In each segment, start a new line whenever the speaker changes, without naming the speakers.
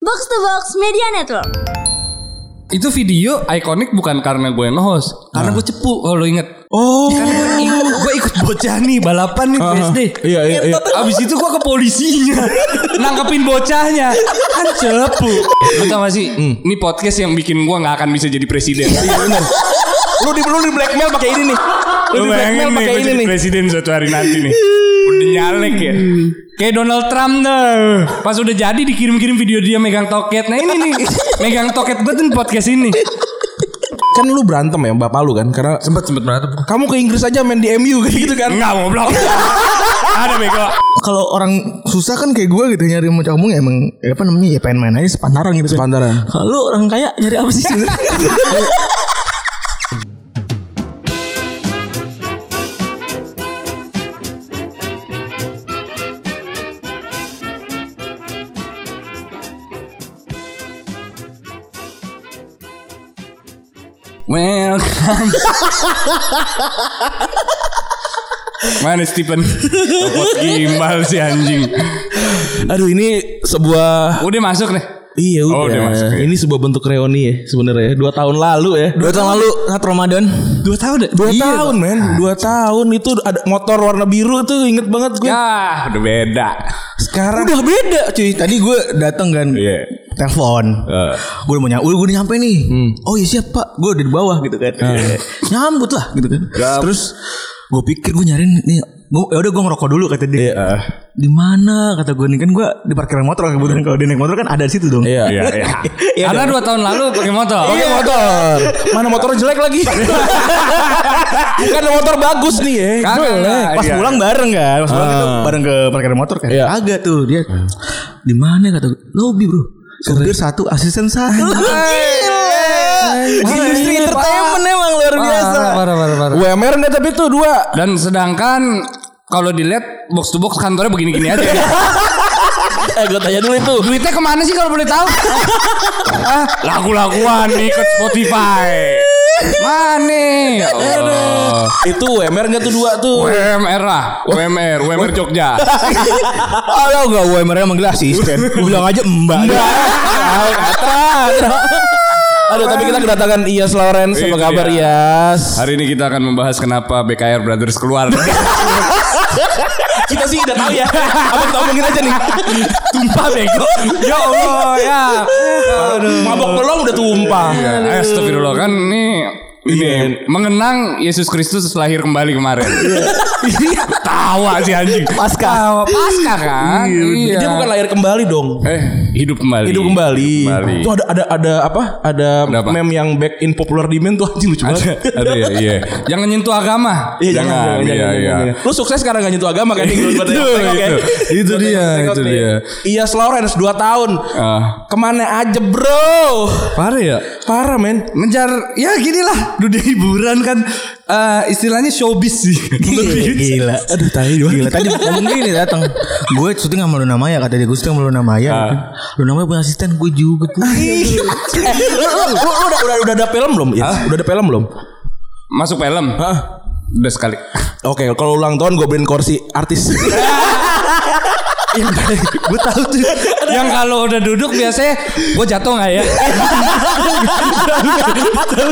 Box to Box Media Network.
Itu video ikonik bukan karena gue yang nge-host Karena gue cepu kalau lo Nah. inget
Oh.
Ya kan
Karena gue ikut, gue ikut bocah nih balapan nih
Ah,
PSD
Iya iya iya.
Abis itu gue ke polisinya Nangkepin bocahnya Kan cepu Lo tau gak sih Ini podcast yang bikin gue gak akan bisa jadi presiden
Lu di lu di blackmail pakai ini nih. Lu
Lo
di blackmail
bayangin nih
pakai
gue
ini
jadi
nih.
presiden suatu hari nanti nih Udah nyalek ya Kayak Donald Trump tuh Pas udah jadi dikirim-kirim video dia megang toket Nah ini nih Megang toket gue tuh di podcast ini
Kan lu berantem ya bapak lu kan karena
Sempet sempet berantem.
kamu ke Inggris aja main di MU kayak gitu kan.
Enggak goblok Ada bego
Kalau orang susah kan kayak gue gitu nyari mau kamu emang ya apa namanya ya pengen main aja sepantaran gitu. kan.
Pantaran.
Kalau orang kaya nyari apa sih?
Welcome Mana Stephen Robot gimbal si anjing
Aduh ini sebuah
Udah masuk nih
Iya
Oh,
udah.
udah masuk ya.
Ini sebuah bentuk reuni ya sebenarnya ya. Dua tahun lalu ya.
Dua tahun lalu saat Ramadan. Iya,
Dua tahun deh
Dua tahun men Dua tahun itu ada motor warna biru tuh inget banget gue
Ya udah beda
Sekarang
Udah beda cuy. Tadi gue datang kan.
Iya.
Telepon.
Eh.
Gue udah mau nyampe, gue udah nyampe nih. Oh iya siap pak, gue udah di bawah gitu kan. Nyambut lah gitu kan.
Gap.
Terus gue pikir gue nyariin nih. Gue ya udah gue ngerokok dulu kata dia.
Eh,
Di mana kata gue nih kan gue di parkiran motor kan kebetulan kalau dia naik motor kan ada di situ dong.
Iya
Iya iya
Iya
Karena dua tahun lalu pakai motor Iya,
Pakai motor Mana motor jelek lagi Bukan motor bagus nih ya
Kagak lah,
eh. Pas
iya. Ah.
pulang bareng kan, pas pulang kita bareng ke parkiran motor kan.
Iya.
Agak tuh dia. Di mana kata gue? Lobby bro. Supir satu, asisten satu. Industri entertainment emang luar biasa.
Parah parah parah
UMR enggak tapi tuh dua
Dan sedangkan kalau dilihat box to box kantornya begini-gini aja.
Eh gue tanya dulu itu
Duitnya kemana sih kalau boleh tahu? Hah? Lagu-laguan ikut Spotify. Mana? Oh.
Itu UMR enggak tuh dua tuh
UMR lah, UMR, UMR Jogja.
Oh, lo gak UMR emang gila sih Gue bilang aja mbak
Aduh tapi kita kedatangan Iyas Lawrence Apa
Itu
kabar
dia.
Iyas
Hari ini kita akan membahas kenapa BKR Brothers keluar.
Kita sih udah tahu ya Apa kita omongin aja nih
Tumpah bego. Ya Allah ya.
Mabok belum udah tumpah
Astagfirullah kan ini ini
Iya.
mengenang Yesus Kristus lahir kembali kemarin.
Iya.
Tawa sih anjing.
Pasca.
Tawa pasca kan. Iya.
Dia bukan lahir kembali dong
eh hidup kembali.
Hidup kembali.
Kembali.
Tuh ada ada ada apa? Ada,
Ada apa?
meme yang back in popular demand tuh anjing lucu banget.
Aduh ya, iya. Jangan nyentuh agama.
Iya jangan, jangan,
iya,
jangan,
iya.
jangan, jangan. Lu sukses karena gak nyentuh agama kan Itu,
itu. Itu dia, itu dia.
Iya Lawrence 2 tahun
Ah.
Kemana aja bro
Parah ya.
Parah men
Ngejar ya gini lah dunia hiburan kan eh, istilahnya showbiz sih. iya,
Gila Aduh tadi Gila tadi ngomong gini datang Gue syuting sama Luna Maya Kata dia gue syuting sama Luna Maya Luna Maya punya asisten Gue juga punya
Eh, lu, lu, lu- lu udah, udah, udah ada film belum ya? Udah ada film belum?
Masuk film.
Hah?
Udah sekali.
Oke, kalau ulang tahun gue beliin kursi artis.
Iya, Gue tahu tuh
Yang kalau udah duduk biasanya gue jatuh nggak ya?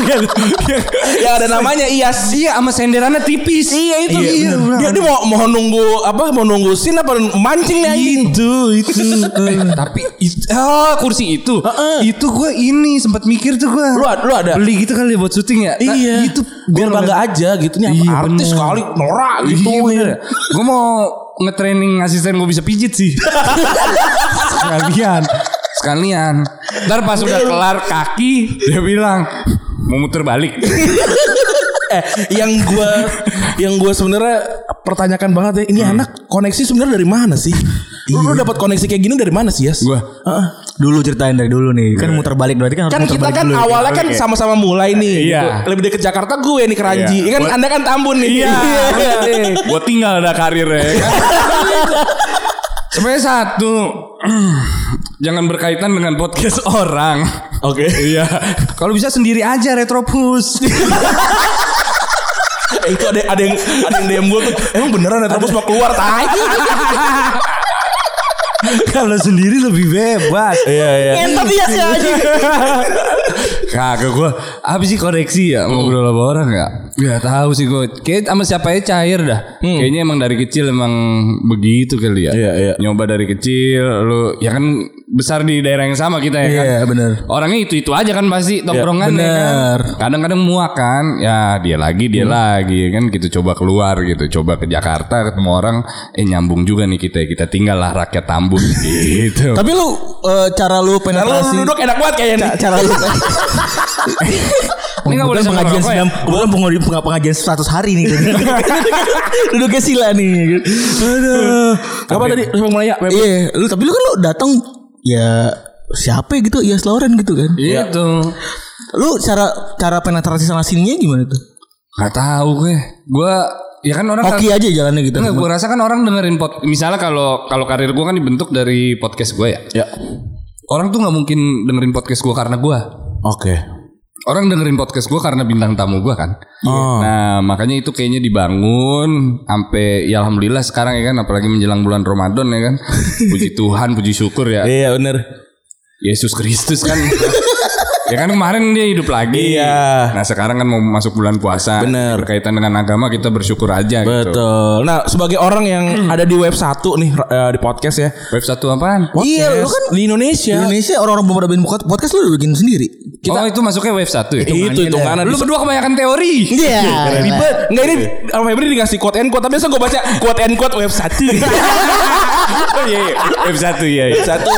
yang ada namanya Iyas.
Iya sama senderannya tipis. Iya itu iya.
Dia, dia mau, mau nunggu apa? Mau nunggu scene apa mancing nih anjing?
Itu Itu
Eh, Tapi itu, ah, kursi itu, itu gue ini sempat mikir tuh gue.
Lu, lu ada
Beli gitu kali ya buat syuting ya? Ta-
Iya.
Itu
biar bangga aja gitu nih
Iya,
artis
bener.
kali norak gitu.
Gitu Gue mau ngetraining asisten gue bisa pijit sih. Sekalian. Sekalian. Ntar pas udah kelar kaki dia bilang mau muter balik.
eh, yang gua yang gua sebenarnya pertanyakan banget ya,
Hmm.
ini anak koneksi sebenarnya dari mana sih? Lu, lu dapat koneksi kayak gini dari mana sih, Yas?
Gua.
Heeh.
Iya. Dulu ceritain dari dulu nih Kan muter balik Berarti kan harus
Kan
muter
kita
balik
kan
dulu.
awalnya kan
Oke.
sama-sama mulai nih.
Iya.
gitu. Lebih dekat Jakarta gue nih Keranji.
Iya.
Kan
Gua-
Anda kan Tambun nih.
Gue "Iya." tinggal ada karirnya. ya kan? Sebenarnya satu jangan berkaitan dengan podcast orang.
Oke.
Iya. Kalau bisa sendiri aja retropus.
Eh, itu ada ada yang ada yang DM gue tuh. Emang beneran ya terus mau keluar tai.
Kalau sendiri lebih bebas. Kan?
Iya iya.
Entot ya sih aja.
Kagak gue Apa sih koreksi ya
Hmm.
Ngobrol sama orang ya Gak tahu sih gue Kayak sama siapa aja cair dah
Hmm.
Kayaknya emang dari kecil Emang begitu kali ya
Iya, iya.
Nyoba dari kecil Lu Ya kan Besar di daerah yang sama kita ya kan
Iya bener.
Orangnya itu-itu aja kan pasti Tongkrongan ya kan Kadang-kadang muak kan Ya dia lagi
Hmm.
Dia lagi Kan kita coba keluar gitu Coba ke Jakarta Ketemu orang Eh nyambung juga nih kita Kita tinggal lah rakyat tambun Gitu
Tapi lu eh, cara lu penetrasi
Lu duduk enak banget kayaknya.
Ca- cara lu
Ini nggak boleh
Bukan
sama
pengajian
rokok ya?
sedang bukan pengajian pengajian 100 hari nih tadi. Duduknya sila nih. ya kan. Aduh.
Apa tadi? Lu mau ya? nanya?
Iya, lu tapi lu kan lu datang ya siapa gitu ya Lauren gitu kan.
Gitu
Lu cara cara penetrasi sana sininya gimana tuh?
Gak tahu gue. Gue ya kan orang
Oke aja jalannya gitu.
Enggak, gue rasa kan orang dengerin pod misalnya kalau kalau karir gue kan dibentuk dari podcast gue ya.
Ya.
Orang tuh nggak mungkin dengerin podcast gue karena gue.
Oke.
Orang dengerin podcast gue karena bintang tamu gue kan.
Oh.
Nah makanya itu kayaknya dibangun sampai ya alhamdulillah sekarang ya kan apalagi menjelang bulan Ramadan ya kan. puji Tuhan, puji syukur ya.
Iya bener.
Yesus Kristus kan. ya kan kemarin dia hidup lagi.
Iya.
Nah sekarang kan mau masuk bulan puasa.
Bener.
Berkaitan dengan agama kita bersyukur aja gitu.
Betul. Nah, sebagai orang yang ada di web 1 nih eh, di podcast ya.
Web satu apaan?
Iya, lu kan
di Indonesia.
Indonesia orang-orang belum pada bikin podcast, podcast lu udah bikin sendiri.
oh itu masuknya wave 1 ya?
Itu itu kan.
Lu
Lu
berdua kebanyakan teori.
Iya.
ribet. Enggak ini sama Febri dikasih quote and quote, tapi biasa gue baca quote and quote web 1.
oh iya, iya. Wave 1 iya. iya.
Satu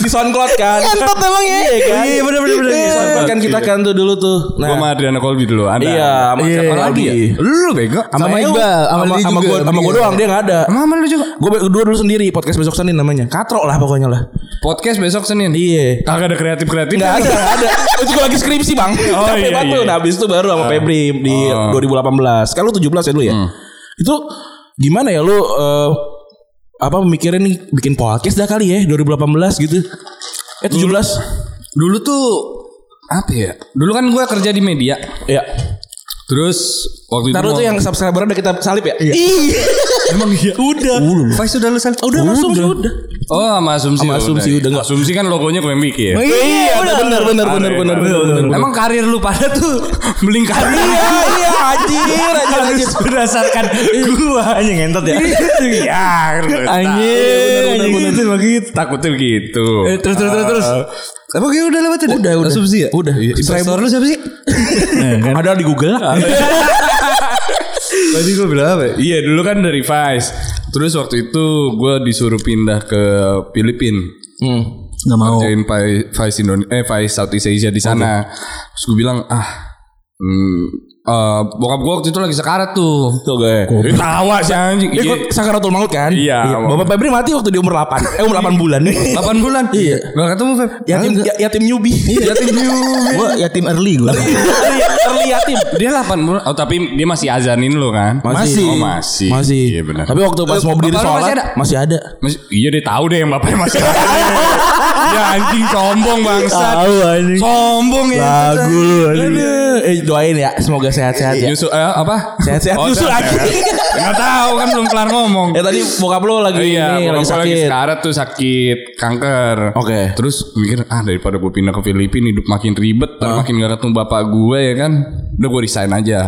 di SoundCloud kan.
Entot emang ya. Iya
kan?
Iya bener bener bener.
Di SoundCloud kan kita kan tuh dulu tuh.
Gua sama Adriana Colby dulu ada.
Iya, sama
Iya,
siapa
sama
lagi?
dia. Lu bego.
Sama
El,
Iqbal, sama
sama
dia
sama
juga,
gue, sama
sama
gue
dia.
doang dia enggak ada.
Iya. Sama sama lu juga.
Gue berdua dulu sendiri podcast besok Senin namanya. Katro lah pokoknya lah.
Podcast besok Senin.
Iya.
Kagak ada kreatif-kreatif.
Nggak ada, nggak ada. Itu gue lagi skripsi bang.
Oh, iya,
Capek banget
iya.
tuh. Nah habis itu baru sama Febri di 2018. Kalau 17 ya dulu ya. Itu gimana ya lu eh, apa mikirin nih bikin podcast dah kali ya 2018 gitu. Eh 17.
Dulu tuh apa ya? Dulu kan gua kerja di media.
Ya.
Terus waktu
Ntar lu
itu
tuh yang subscriber udah kita salip ya? Iya.
emang iya.
Udah.
Vice udah lu sel-
Udah langsung udah. udah.
Oh, sama asumsi.
Sama
ya,
asumsi udah nggak.
Asumsi kan logonya gue yang bikin.
Iya, benar benar benar benar benar.
Emang karir lu pada tuh beling karir.
Iya, iya, anjir, anjir, anjir.
Harus berdasarkan gua
Anjing entot ya.
Iya.
ya
Anjing, anjing
itu begitu takutnya gitu. Eh, begitu
Terus terus terus terus.
apa kayak udah lewat udah udah asumsi ya Iya, udah
Iya,
investor lu siapa sih
Ada di Google
kan?
lah.
tadi gua bilang apa ya? iya dulu kan dari Vice terus waktu itu gua disuruh pindah ke Filipina
Hmm.
Enggak mau.
kerjain Vi- Vice Indonesia eh Vice Southeast Asia di sana terus gua bilang ah hmm, eh, bokap gua waktu itu lagi sekarat tuh
Tuh gue.
Eh, tawa sih anjing
Dia
Iya.
ikut sakaratul maut kan?
Iya.
Bapak Febri mati waktu di umur 8. Eh umur 8 bulan.
8 bulan
Iya.
Gak ketemu Feb
yatim ya, yatim newbie. ya,
Yatim juga.
Gua yatim early gua.
Early- early ya, yatim.
Dia 8 bulan. Oh, tapi dia masih azanin lo kan?
Masih.
Oh, masih.
Masih.
Iya benar.
Tapi waktu pas
Lu-
mau berdiri
bapak lu
sholat
masih
masih
ada?
ada. Masih ada.
Mas- iya dia tahu deh yang bapaknya masih ada. ya anjing sombong bangsat.
Tahu, anjing.
Sombong ya.
Lagu lu, anjing.
Aduh, eh doain ya semoga sehat-sehat ya.
Yusuf eh, apa?
Sehat-sehat
Oh,
Yusuf
sehat.
lagi.
Nggak tahu kan belum kelar ngomong.
Ya tadi bokap lo lagi ini
Iya, bokap
lagi
gua lagi
sakit.
sekarat tuh sakit kanker.
Oke.
Terus mikir ah daripada gue pindah ke Filipina hidup makin ribet,
Ah.
ntar makin gak ketemu bapak gue ya kan. Udah gue resign aja.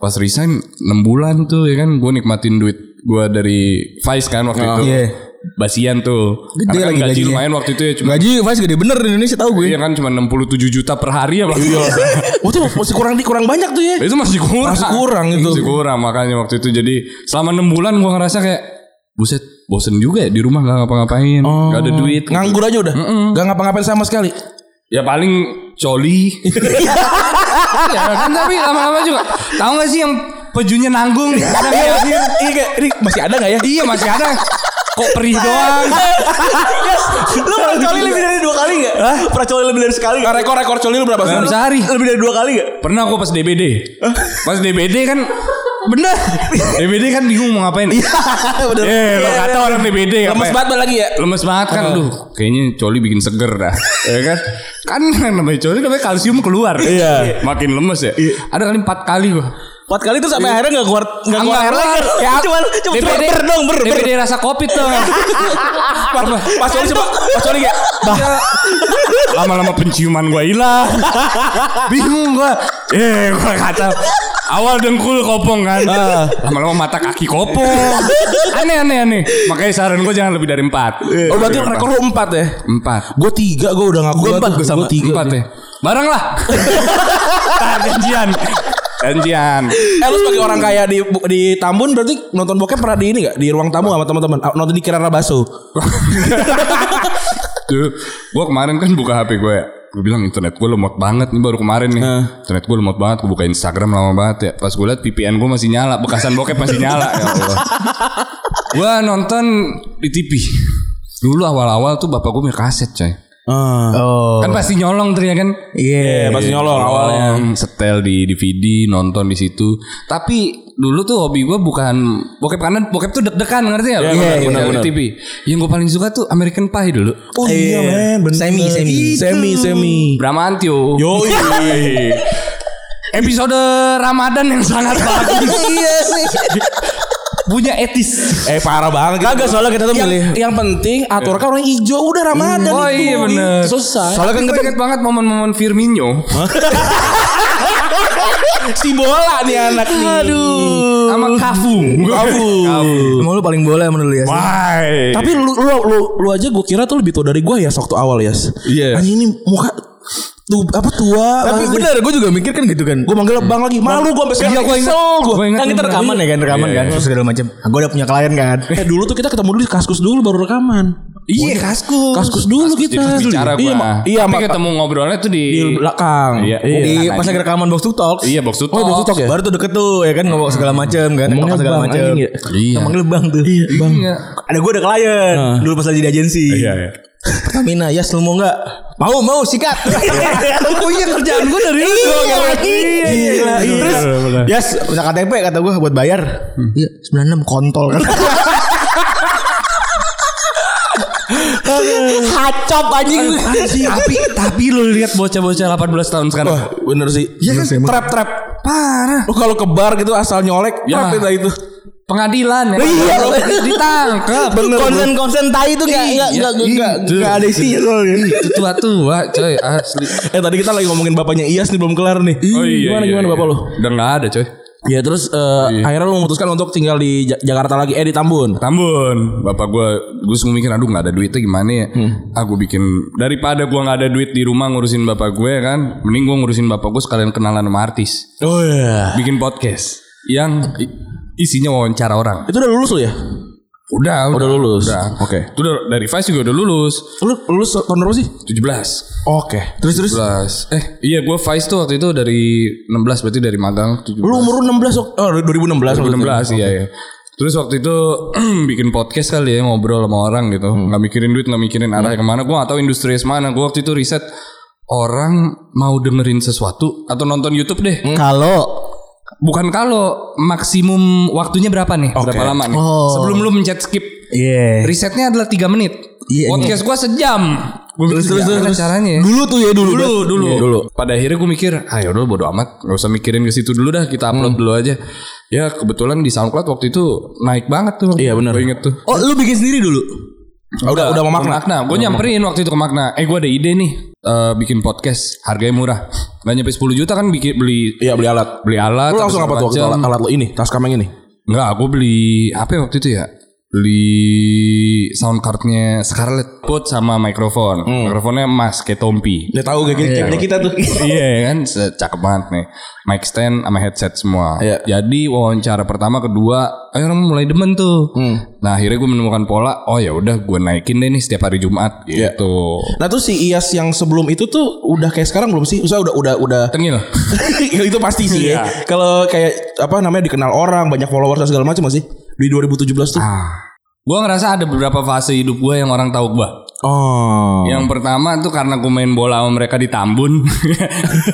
Pas resign 6 bulan tuh ya kan gue nikmatin duit gue dari Vice kan waktu
Ah.
itu.
Iya.
Basian tuh.
Gede
Karena kan
lagi
gaji
gajinya.
lumayan waktu itu ya cuma
Gaji Vice gede bener di Indonesia tahu gue.
Iya kan cuma 67 juta per hari ya Pak.
Oh tuh masih kurang di kurang banyak tuh ya.
Itu masih kurang.
Masih kurang itu.
Masih kurang makanya waktu itu jadi selama 6 bulan gua ngerasa kayak buset bosen juga ya di rumah nggak ngapa-ngapain
Oh.
nggak ada duit
Nganggur aja udah. Gak ngapa-ngapain sama sekali.
ya paling coli ya kan tapi lama-lama juga tahu nggak sih yang pejunya nanggung
Iya, iya, kayak, ini masih ada gak ya?
iya masih ada kok perih doang
Lu pernah coli lebih dari dua kali enggak? Pernah coli lebih dari sekali
Nah, rekor rekor coli lu berapa
dalam
sih?
sehari
Lebih dari dua kali enggak?
pernah aku pas DBD pas DBD kan bener DBD kan bingung mau ngapain
bener.
Iya,
eh lo kata orang DBD ngapain?
Lemes banget lagi ya.
lemes banget kan aduh kayaknya coli bikin seger dah ya kan kan yang namanya coli namanya kalsium keluar
Iya.
makin lemes ya ada kali empat kali gua
Empat kali tuh sampai akhirnya gak keluar gak Iya. keluar air lagi.
Ya,
Cuman cuma
DPD
ber ber dong ber ber.
DPD rasa covid tuh.
Pas pas Ya. Oli coba pas Oli kayak
Lama-lama penciuman gua hilang. Bingung gua. Eh, gua kata awal dengkul kopong kan.
Ah.
Lama-lama mata kaki kopong. Aneh aneh aneh. Makanya saran gua jangan lebih dari empat.
Oh berarti rekor lu empat ya?
empat.
Gue tiga gue udah ngaku
Gue
lah
empat
tuh. Gua tiga.
Empat ya Barang lah Nah, Janjian Janjian
Eh lu sebagai orang kaya di di Tambun berarti nonton bokep pernah di ini gak? Di ruang tamu sama teman-teman? Ah, Nonton di Kirana Baso.
Duh, Gue kemarin kan buka HP gue ya Gue bilang internet gue lemot banget nih baru kemarin nih Internet gue lemot banget Gue buka Instagram lama banget ya Pas gue liat VPN gue masih nyala Bekasan bokep masih nyala ya Allah Gue nonton di TV Dulu awal-awal tuh bapak gue punya kaset coy
Ah.
Oh.
Kan pasti nyolong tuh ya kan
Iya,
Iya.
pasti nyolong awalnya.
awalnya setel di DVD nonton di situ tapi dulu tuh hobi gue bukan bokep kanan bokep tuh deg-degan ngerti ya Lu
Iya, iya,
nonton
benar,
di
benar.
TV yang gue paling suka tuh American Pie dulu
Oh iya, men, bener. Gitu.
Semi, semi.
Semi, semi.
Bramantio
Yo,
episode Ramadan yang sangat
Iya,
bagus punya etis
eh parah banget. Kagak soalnya kita tuh milih. Yang penting aturkan orang hijau udah Ramadan
oh
itu.
iya bener
Selesai.
soalnya kan gue inget banget momen-momen Firmino
si bola nih anak nih. Iya. Aduh.
sama Kafu
Kafu.
Emang lu paling bola emang lu ya.
Why?
Tapi lu lu lu, lu aja gue kira tuh lebih tua dari gue ya waktu awal ya.
Iya.
Anjing ini muka tuh apa tua. banget.
Tapi bener gue juga mikir kan gitu kan.
Gue manggil bang lagi Malu gue sampai sekarang
Iya, gua ingat.
Kesel gua.
Gua ingat.
Kan kita rekaman ya kan, rekaman
Iya,
kan.
iya.
Terus segala macam. Gue udah punya klien kan.
Eh dulu tuh kita ketemu dulu di kaskus dulu baru rekaman
Iya kaskus
Kaskus dulu
Jadi
kita
bicara gua.
Iya, ma- Iya
Tapi
ma-
ketemu ngobrolnya tuh di
Di belakang
Iya,
Di
iya.
pas lagi rekaman box to talk.
Iya box to
Oh, box to talk ya? Ah.
Baru tuh deket tuh ya kan ngomong segala macam kan.
Ngomongnya
Ngomong segala
bang,
macam.
anjing ya.
Iya.
Ngomong bang tuh.
Bang
Ada gue ada klien.
Ah.
Dulu pas lagi di agensi.
Iya, iya.
Pertamina, ya lu mau nggak? Mau, mau sikat. oh iya kerjaan gue dari itu.
Iya, iya, iya.
Terus, ya punya KTP kata gue buat bayar. Iya, 96 kontol kan.
Kacop anjing.
tapi tapi lu lihat bocah-bocah 18 tahun sekarang.
Wah bener sih
Iya kan,
Trap-trap
parah.
Lu kalau ke bar gitu asal nyolek
Ya.
Trap itu itu
Pengadilan ya.
Iya.
ditangkap.
Konsen-konsen tai itu nggak
Iya,
nggak nggak gitu. nggak nggak ada isinya soalnya.
Tua-tua coy asli.
Eh tadi kita lagi ngomongin bapaknya Iyas nih belum kelar nih
Oh
Gimana gimana bapak lu
iya, Udah enggak ada coy.
Ya iya, terus eh, akhirnya lu memutuskan untuk tinggal di Ja- Jakarta lagi Eh di Tambun
Tambun Bapak gue Gue semua mikir Aduh gak ada duitnya gimana ya
Hmm.
Aku bikin Daripada gue gak ada duit di rumah Ngurusin bapak gue kan Mending gue ngurusin bapak gue Sekalian kenalan sama artis
Oh iya
bikin podcast yang i- isinya wawancara orang.
Itu udah lulus lu ya?
Udah,
Oh, Udah lulus.
Udah.
Oke.
Itu udah, dari Vice juga udah lulus.
Lu lulus tahun berapa sih?
17.
Oke Terus terus
17. Eh, iya gue Vice tuh waktu itu dari 16 berarti dari magang 17.
Lu umur lu 16 ok- Oh 2016
16 iya ya. Terus waktu itu bikin podcast kali ya ngobrol sama orang gitu.
Hmm.
Nggak mikirin duit, nggak mikirin arah kemana. Gue nggak tahu industri mana. Gue waktu itu riset orang mau dengerin sesuatu atau nonton YouTube deh.
Kalau
Bukan kalau maksimum waktunya berapa nih? Berapa lama nih?
Oh.
Sebelum lu mencet skip.
Iya.
Risetnya adalah 3 menit.
Iya,
Podcast gua sejam. Gua
Terus,
mikir,
terus,
gimana
terus.
caranya ya?
Dulu tuh ya dulu.
Dulu, dulu.
Iya, dulu.
Pada akhirnya gue mikir, ayo dulu bodo amat, nggak usah mikirin ke situ dulu dah,
Hmm.
kita upload dulu aja. Ya kebetulan di SoundCloud waktu itu naik banget tuh.
Iya, benar.
Gue inget tuh.
Oh, lu bikin sendiri dulu.
Oh, udah udah mau
Ke
makna.
Makna, gue nyamperin waktu itu ke Makna. Eh gue ada ide nih, eh, bikin podcast, harganya murah. Gak nyampe 10 juta kan bikin beli
Iya beli alat.
beli alat.
Lu langsung
apa
apa tuh waktu
segala
itu alat,
macam.
alat lu ini, tas kameng ini?
Enggak, aku beli apa ya waktu itu ya? Beli sound cardnya Scarlett Put sama mikrofon.
Hmm.
Mikrofonnya emas kayak Tompi.
Udah tahu kayak gini kayak kita tuh.
Iya kan, Se- cakep banget nih. Mic stand sama headset semua.
Iya.
Jadi wawancara pertama, kedua, eh, orang mulai demen tuh. Nah akhirnya gue menemukan pola. Oh ya udah, gue naikin deh nih setiap hari Jumat gitu.
Iya. Nah tuh si Iyas yang sebelum itu tuh udah kayak sekarang belum sih? Usah udah udah udah.
Tengil.
Ya, itu pasti sih ya.
Iya.
Kalau kayak apa namanya dikenal orang, banyak followers dan segala macam masih di 2017 tuh.
Gue ngerasa ada beberapa fase hidup gue yang orang tahu gue.
Oh.
Yang pertama tuh karena gue main bola sama mereka di Tambun,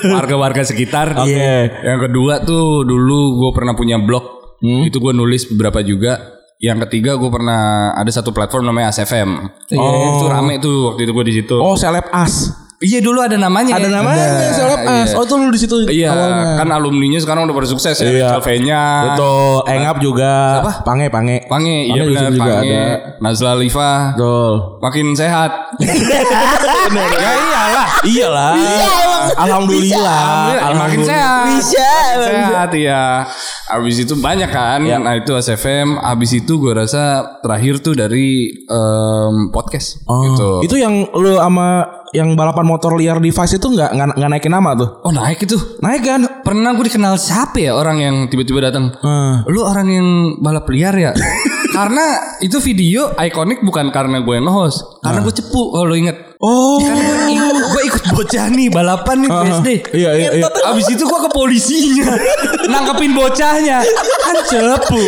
warga-warga sekitar.
Oke.
Yang kedua tuh dulu gue pernah punya blog,
Hmm?
itu gue nulis beberapa juga. Yang ketiga gue
Iya.
pernah ada satu platform namanya ASFM. Oh, itu rame tuh waktu itu gue di situ.
Oh, seleb as.
Iya dulu ada namanya.
Ada
ya.
namanya soalnya pas.
iya.
Oh itu lu di situ.
Iya,
awalnya.
kan alumninya sekarang udah pada sukses ya.
Iya.
Rachel Fenya.
Betul. Engap juga. Apa? Pange, pange.
Pange, iya
Pange di
benar
situ juga
Pange.
ada.
Nazla Liva
Betul.
makin sehat. ya iyalah.
Iyalah. Iya, Alhamdulillah.
Ah, Alhamdulillah, makin sehat.
Bisa,
Makin Sehat ya. Abis itu banyak kan. Nah itu SFM. Abis itu gue rasa terakhir tuh dari em, podcast. Gitu.
Oh, Itu yang lu sama yang balapan motor liar di Vice itu nggak nggak nggak naikin nama tuh.
Oh naik itu.
Naik kan?
Nah, Pernah gue dikenal siapa ya orang yang tiba-tiba datang.
Hmm.
Lu orang yang balap liar ya. karena itu video ikonik bukan karena gue yang host. Karena gue cepu kalau lu inget.
Oh.
Karena gue ikut, gue ikut bocah nih balapan nih PSD.
Iya iya iya.
Abis itu gua ke polisinya Nangkepin bocahnya Kan cepu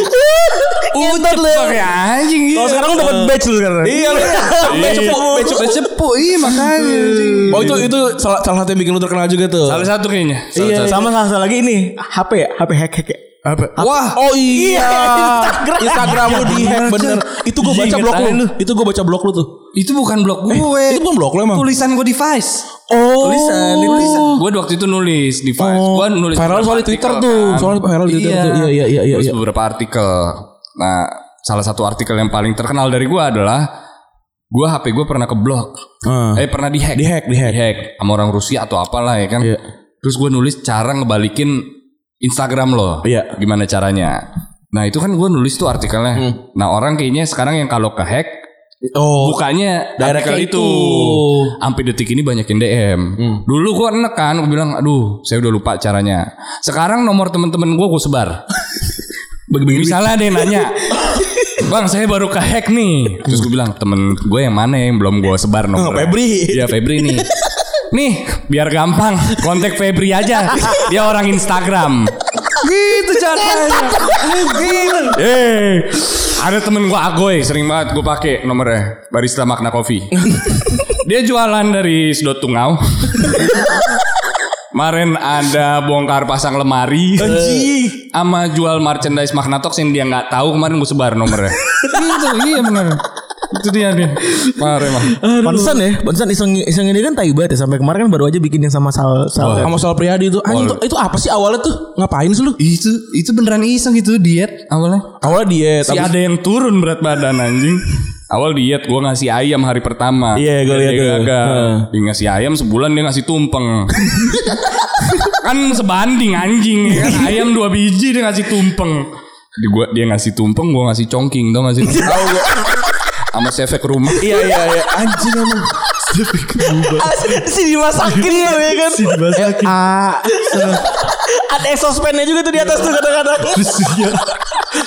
Ucep pakai anjing iya.
Kalau sekarang lu dapat badge lu sekarang. Iya. Badge cepu, badge cepu.
Cepu iya makanya
Oh itu itu salah, salah satu yang bikin lu terkenal juga tuh.
Salah satu kayaknya
Iya, sama salah satu lagi ini HP ya, HP hack hack. ya.
Wah, oh iya. Instagram, lu di hack bener. Itu gue baca
Iya,
blog lu.
ngatain lu.
Itu gue baca blog lu tuh.
Itu bukan blog gue
Eh, Itu bukan blog lu emang.
Tulisan gue di Vice
Oh.
Tulisan Tulisan Gue waktu itu nulis di Vice
Oh.
Gue nulis
Viral
beberapa
soal di
artikel,
Twitter tuh. Soal viral di Twitter tuh. Iya, iya, iya, iya,
Terus
iya.
beberapa artikel Nah salah satu artikel yang paling terkenal dari gue adalah Gue HP gue pernah keblok
Ah.
Eh pernah dihack.
Dihack, dihack.
Dihack sama orang Rusia atau apalah ya kan.
Iya.
Terus gue nulis cara ngebalikin Instagram lo.
Iya. Hmm.
Gimana caranya? Nah itu kan gue nulis tuh artikelnya. Nah orang kayaknya sekarang yang kalau ke hack
Oh.
bukanya
direct
artikel
ke
itu.
itu.
Sampai detik ini banyak yang DM. Dulu gue enek kan, gue bilang, aduh saya udah lupa caranya. Sekarang nomor temen-temen gue gue sebar. Misalnya ada yang nanya, Bang saya baru ke hack nih. Terus gue bilang, temen gue yang mana yang belum gue sebar nomor.
Febri.
Iya Febri nih. Nih, biar gampang kontak Febri aja. Dia orang Instagram. Gitu caranya. Gitu. Eh, ada temen gua Agoy sering banget gua pakai nomornya barista Makna Coffee. Dia jualan dari Sedot Tungau. Kemarin ada bongkar pasang lemari.
Anjing.
Sama jual merchandise Magna Talks yang dia nggak tahu kemarin gue sebar nomornya. gitu, iya benar. Itu dia dia. Parah emang.
Pantesan ya, pantesan iseng iseng ini kan tai banget ya sampai kemarin kan baru aja bikin yang sama sal sal.
Sama soal Priadi itu. Anjing itu, itu apa sih awalnya tuh? Ngapain sih lu?
Itu itu beneran iseng itu diet awalnya.
Awalnya diet.
Si
abis-
ada yang turun berat badan anjing. Awal diet gua ngasih ayam hari pertama.
Iya, gua
Dia
lihat tuh.
gagal.
Heeh.
Dia ngasih ayam sebulan dia ngasih tumpeng. kan sebanding anjing ya kan. Ayam dua biji dia ngasih tumpeng. Di gua dia ngasih tumpeng, gua ngasih congking tau ngasih. Tahu gua. Sama sefek rumah.
Iya iya iya. Anjing emang.
Si dimasakin lu ya
Eh,
kan.
Ah.
Ada exospend-nya juga tuh di atas tuh kadang-kadang.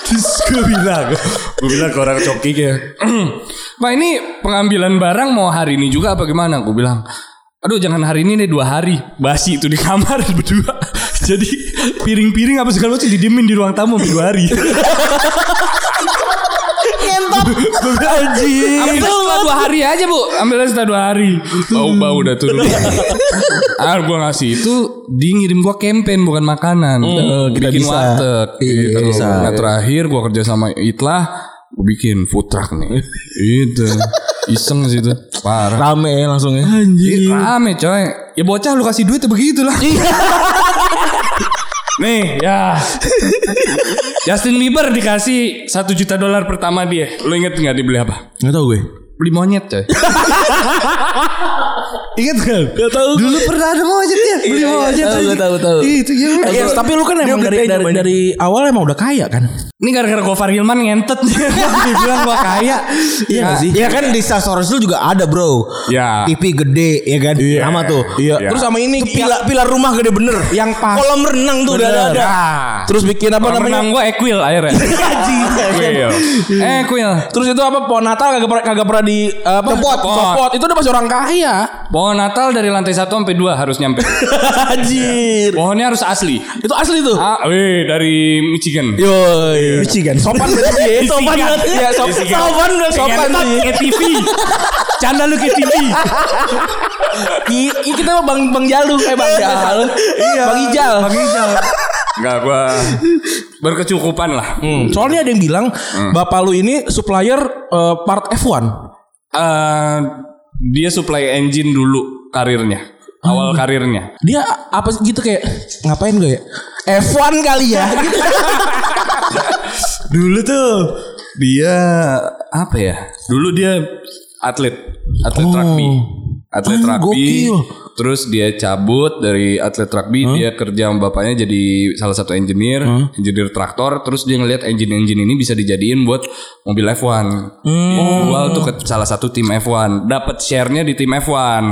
Terus gue bilang.
Gue bilang ke orang coki ya Pak ini pengambilan barang mau hari ini juga apa gimana Gue bilang Aduh jangan hari ini deh dua hari Basi itu di kamar berdua Jadi piring-piring apa segala macam didiemin di ruang tamu sampai dua hari
Ngentap.
Ambil setelah dua hari aja bu Ambil setelah dua hari Bau-bau udah turun Ah gue ngasih itu Dia ngirim gue campaign bukan makanan Eh,
kita
Bikin
bisa.
warteg
Iya,
gitu.
bisa.
Nah terakhir gue kerja sama Itlah Gue bikin food truck nih Itu Iseng sih itu Parah
Rame ya langsung ya.
Ih, Rame coy Ya bocah lu kasih duit ya begitulah Nih ya Justin Bieber dikasih 1 juta dolar pertama dia Lu inget gak dibeli apa?
Gak tau gue.
Beli monyet coy Ingat gak?
Gak tau.
Dulu pernah ada monyet ya Beli monyet
tahu,
anjing.
gua tahu, tahu.
Ih, Itu ya
Iya, tapi lu kan emang dari, dari, dari awal emang udah kaya kan?
Ini gara-gara Gofar Hilman ngentet Dibilang gua kaya Ya,
Iya nggak sih? Iya kan di Sasoros lu juga ada bro.
Ya.
TV gede ya kan.
Iya.
Nama tuh.
Iya.
Iya.
Terus sama ini
Itu pilar pilar rumah gede bener.
yang pas.
Kolam renang tuh kan? udah ada.
Bener.
ada.
Ah.
Terus bikin apa
Kalau
namanya? Iya.
menang gue Equil akhirnya Equil Equil
Terus itu apa pohon Natal kagak pernah kagak pernah di eh, apa?
Copot.
Copot. Itu udah pasti orang kaya.
Pohon Natal dari lantai 1 sampai 2 harus nyampe.
Anjir.
Pohonnya harus asli.
Itu asli tuh.
Ah, weh, dari Michigan.
Yo, Michigan. Sopan berarti ya. Sopan
Michigan. Iya,
berarti ya. Sopan
Michigan.
sopan udah sopan
Ngentot
sih.
ke TV. Canda lu ke TV.
I- i- Iya, kita mah Bang Bang Jalu eh Bang Jalu. Iya. Bang Ijal.
Enggak gua berkecukupan lah.
Hmm, Soalnya ada yang bilang
Hmm.
bapak lu ini supplier eh, part F1.
Eh, dia supply engine dulu. karirnya. Awal
Hmm.
karirnya.
Dia apa sih gitu kayak ngapain gue ya? F1 kali ya. Gitu.
Dulu tuh
Oh.
dia apa ya? Dulu dia atlet, atlet rugby. Atlet
Oh. Ah,
rugby.
gokil.
Terus dia cabut dari atlet rugby, dia kerja sama bapaknya jadi salah satu engineer, engineer traktor, terus dia ngelihat engine-engine ini bisa dijadiin buat mobil F1.
Hmm.
Dijual tuh ke salah satu tim F1, dapat share-nya di tim F1.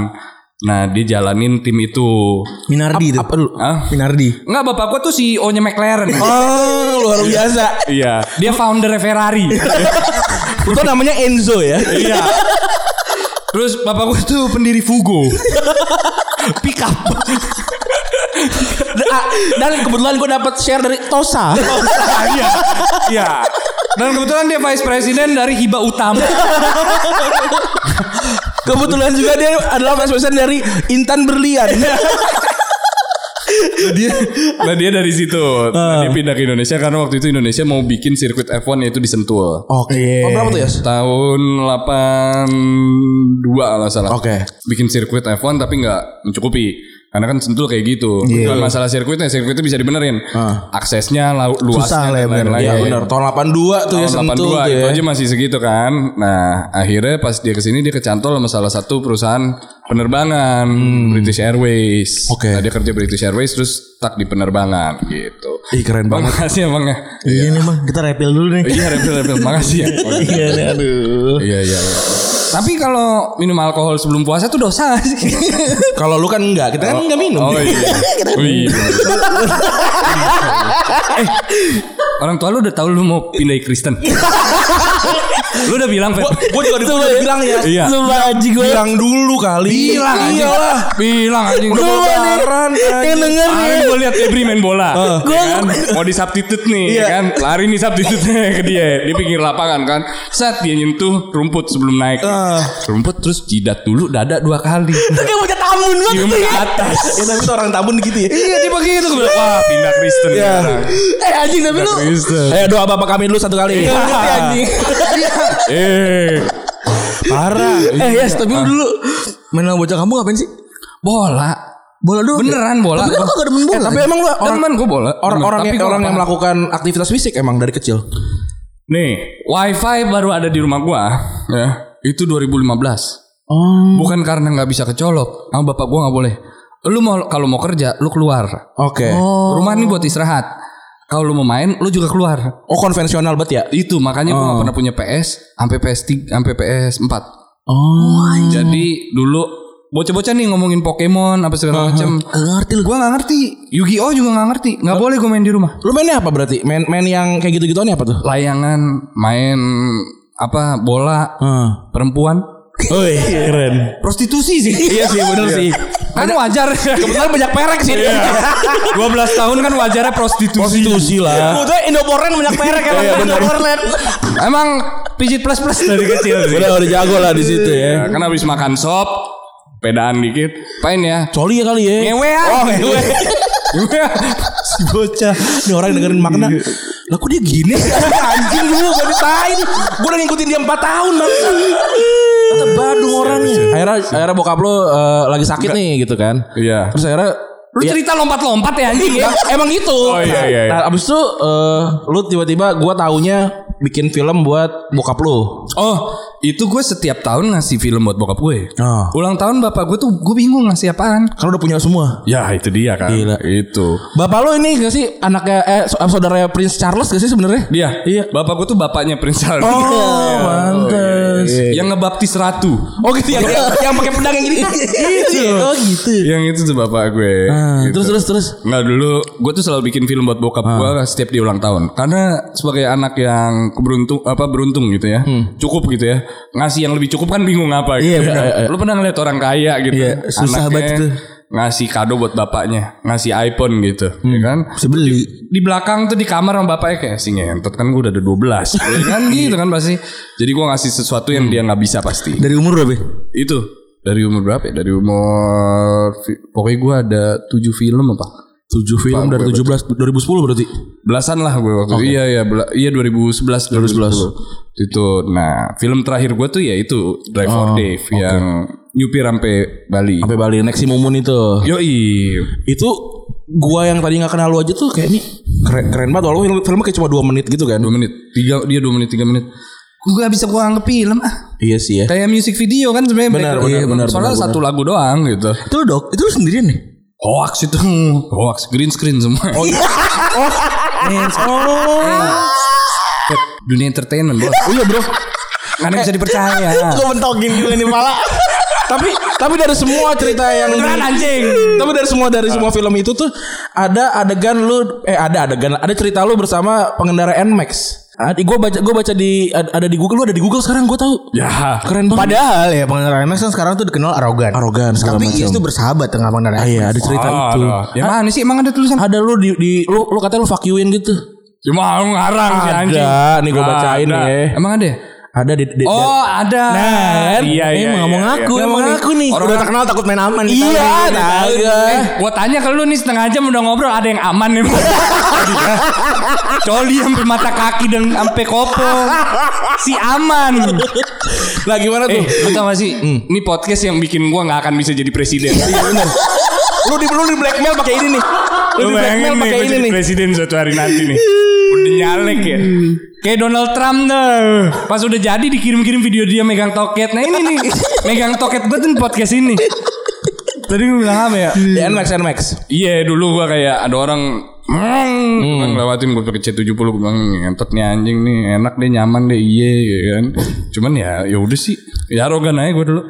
Nah, dia jalanin tim itu. Ah,
Minardi itu.
Hah?
Minardi.
Enggak, bapak gua tuh CEO-nya McLaren.
Oh, luar biasa.
Iya, dia founder Ferrari.
Itu namanya Enzo ya.
Iya. Terus bapak gue tuh pendiri Fugo. Pick up.
Dan, Ah, dan kebetulan gue dapat share dari Tosa.
Iya. Iya. Dan kebetulan dia vice presiden dari Hiba Utama.
Kebetulan juga dia adalah vice president dari Intan Berlian.
dia, nah dia dari situ. Dia pindah ke Indonesia karena waktu itu Indonesia mau bikin sirkuit F1 yaitu di Sentul.
Oke. Oh, berapa tuh ya?
Tahun 82 kalau nggak salah.
Oke.
Bikin sirkuit F1 tapi nggak mencukupi. Karena kan sentul kayak gitu.
Iya.
Bukan masalah sirkuitnya, sirkuitnya bisa dibenerin. Aksesnya, lau- luasnya,
Ah. Susah lah
dan
ya, bener.
lain-lain.
Iya benar. Tahun 82 tuh ya
tahun 82
sentuh tuh
itu
ya.
aja masih segitu kan. Nah, akhirnya pas dia kesini dia kecantol sama salah satu perusahaan penerbangan
Hmm.
British Airways.
Oke.
Nah, dia kerja British Airways terus tak di penerbangan gitu.
Ih keren
Bang, makasih ya Bang ya.
Iya nih bang, kita repel dulu nih.
Oh, Iya, repel repel. Makasih ya.
Iya nih, aduh.
Iya, iya, iya. Tapi kalau minum alkohol sebelum puasa tuh dosa gak sih.
Kalau lu kan enggak, kita kan enggak
Oh
minum.
ya?
iya. Oh, iya. Eh, Orang tua lu udah tahu lu mau pindah ke Kristen. lu udah bilang, Fer.
Gue juga itu udah bilang ya.
Iya.
Sumpah anjing gue. Bilang dulu kali.
Bilang anjing.
Iyalah.
Bilang anjing. Ah,
Udah
Gua-
lebaran
Yang
anjing.
denger
Kemarin gue liat Febri main
Ah.
bola ya kan? Mau di substitute nih ya
Iya.
kan Lari nih substitute-nya ke dia Di pinggir lapangan kan Saat dia nyentuh rumput sebelum naik Rumput terus jidat dulu dada dua kali
Ah. Kayak punya tamun gue
Cium
tuh
ke
ya
atas
Ya tapi tuh orang tabun gitu ya.
Iya dia begitu Gua bilang, Wah pindah Kristen sekarang.
Eh anjing tapi lu
Kristen
Eh doa bapak kami dulu satu kali.
Nggak ngerti anjing
Eh
Parah. Iya.
Eh
Iya,
yes tapi
Ah.
lu dulu
Main sama bocah kamu ngapain sih?
Bola
Bola dulu.
Beneran bola Eh,
Tapi kenapa gak demen bola?
Tapi emang lu orang
Temen gue bola
orang-orang
Tapi
yang,
gua
orang yang
lapangan.
melakukan aktivitas fisik emang dari kecil.
Nih, WiFi baru ada di rumah gua, ya. Itu 2015. Bukan karena nggak bisa kecolok, sama bapak gua nggak boleh. Lu mau kalau mau kerja, lu keluar. Eh,
Oke.
Rumah ini buat istirahat. Kalau lu mau main, lu juga keluar.
Oh konvensional bet ya.
Itu makanya gua nggak pernah punya PS sampai PS3, sampai PS4.
Oh.
Jadi dulu bocah-bocah nih ngomongin Pokemon apa segala macam.
Gak ngerti lu.
Gua nggak ngerti. Yu-Gi-Oh juga nggak ngerti. Nggak boleh gua main di rumah.
Lu mainnya apa berarti? Main main yang kayak gitu-gituan ya apa tuh?
Layangan, main apa bola,
Heeh.
perempuan.
Oi, Oh, iya, keren.
prostitusi sih. Iya sih bener sih. Kan wajar. Kebetulan banyak perek sih. 12 tahun kan wajarnya prostitusi.
Iya. Prostitusi lah. Iya,
Kebetulan Indoporen banyak merek kan Indoporen
Emang pijit plus plus dari kecil sih.
Udah udah jago lah di situ
Ya,
ya.
kan habis makan sop, pedaan dikit, pain ya.
Coli ya kali ya. Iya.
Ngewe ya.
Oh, ngewe. si bocah. Ini orang yang dengerin makna. Lah kok dia gini? Anjing lu gua ditain. Gua udah ngikutin dia 4 tahun bang. Kata Badung orangnya. Akhirnya akhirnya bokap lu eh, lagi sakit nih gitu kan.
Iya.
Terus akhirnya
Lu cerita lompat-lompat ya anjing ya.
emang
Oh,
gitu.
iya, iya, iya.
Nah, abis itu eh, lu tiba-tiba gua taunya bikin film buat bokap lu.
Oh, itu gue setiap tahun ngasih film buat bokap gue.
Oh.
Ulang tahun bapak gue tuh gue bingung ngasih apaan.
Kan udah punya semua.
Ya itu dia kan.
Gila.
Itu.
Bapak lu ini gak sih anaknya eh so- saudaranya Prince Charles gak sih sebenarnya?
Dia.
Iya.
Bapak gue tuh bapaknya Prince Iya. Charles.
Oh, mantas.
iya, Yang ngebaptis ratu.
Oh gitu yang yang pakai pedang yang gini. gitu. Oh gitu.
Yang itu tuh bapak gue. gitu.
Terus terus terus.
Nggak dulu, gue tuh selalu bikin film buat bokap gue setiap di ulang tahun. Karena sebagai anak yang keberuntung apa beruntung gitu ya, cukup gitu ya. Ngasih yang lebih cukup kan bingung apa gitu.
Iya, benar.
Ya. Lu pernah ngeliat orang kaya gitu,
Iya, susah banget itu.
ngasih kado buat bapaknya, ngasih iPhone gitu, ya kan?
Bisa beli.
Di belakang tuh di kamar sama bapaknya kayak sih ngentot kan gue udah ada 12 Ya kan gitu kan pasti. Jadi gue ngasih sesuatu yang dia nggak bisa pasti.
Dari umur berapa?
Itu dari umur berapa ya? Dari umur pokoknya gua ada 7 film apa?
7 film dari 17 2010 berarti.
Belasan lah gue waktu itu. Iya iya bela- iya 2011 Oh, 2011. Itu nah, film terakhir gua tuh ya itu Drive for Dave yang nyupir sampai Bali.
Sampai Bali next si Mumun itu.
Yoi.
itu gua yang tadi nggak kenal lu aja tuh kayak ini keren, keren banget walaupun film- filmnya kayak cuma 2 menit gitu kan
Dua menit. Tiga, dia dua menit, tiga menit. Gue gak bisa gua anggap film ah.
iya sih ya
Kayak music video kan sebenarnya.
Benar,
mereka-
benar, benar,
Soalnya
benar,
satu lagu doang gitu.
Itu lu dok, itu lu sendirian nih.
Hoax itu. Hoax green screen semua. Oh, Dunia entertainment, Bos.
oh iya bro
Karena bisa dipercaya.
Gue bentokin juga nih pala.
tapi tapi dari semua cerita yang di-
Beneran, anjing.
tapi dari semua dari semua film itu tuh ada adegan lu eh ada adegan ada cerita lu bersama pengendara Nmax ada, gue baca gue baca di ad- ada di Google lu ada di Google sekarang gue tahu
ya.
keren banget
Padahal ya pengendara IMAX kan sekarang tuh dikenal arogan.
Arogan, segala
Tapi iya.
macam.
itu bersahabat dengan pengendara
ah, iya
IMAX.
ada cerita itu
Ya mana sih emang ada tulisan?
ada lu di, di lu lu katanya lu fuck you-in gitu
Cuma orang ngarang si
Ada,
anjing.
nih gua bacain
Ada.
nih.
Emang ada? ya?
ada di, di-
Oh, ada.
Nah,
iya
ini
iya.
mau
iya,
ngaku,
iya.
ini mau ngaku nih.
Orang
Udah terkenal takut main aman.
Iya, tahu
Eh, gua tanya ke lu nih setengah jam udah ngobrol ada yang aman nih. Coli sampai mata kaki dan sampai kopong. Si aman.
Lah gimana tuh?
Eh, lu tau gak sih? Ini podcast yang bikin gua nggak akan bisa jadi presiden.
iya, lu di lu di blackmail pakai ini nih. Lu di
Lu bayangin
blackmail
nih
pakai
gua
ini
jadi
nih.
presiden suatu hari nanti nih. Udah nyalek ya. Kayak Donald Trump tuh. Pas udah jadi dikirim-kirim video dia megang toket. Nah ini nih. megang toket gue tuh di podcast ini. Tadi gue bilang apa ya?
Di Nmax Nmax.
Iya dulu gua kayak ada orang Hmm. lewatin gue pakai C70 gue bilang ngentot nih anjing nih enak deh nyaman deh iye ya kan cuman ya ya udah sih ya arogan aja gue dulu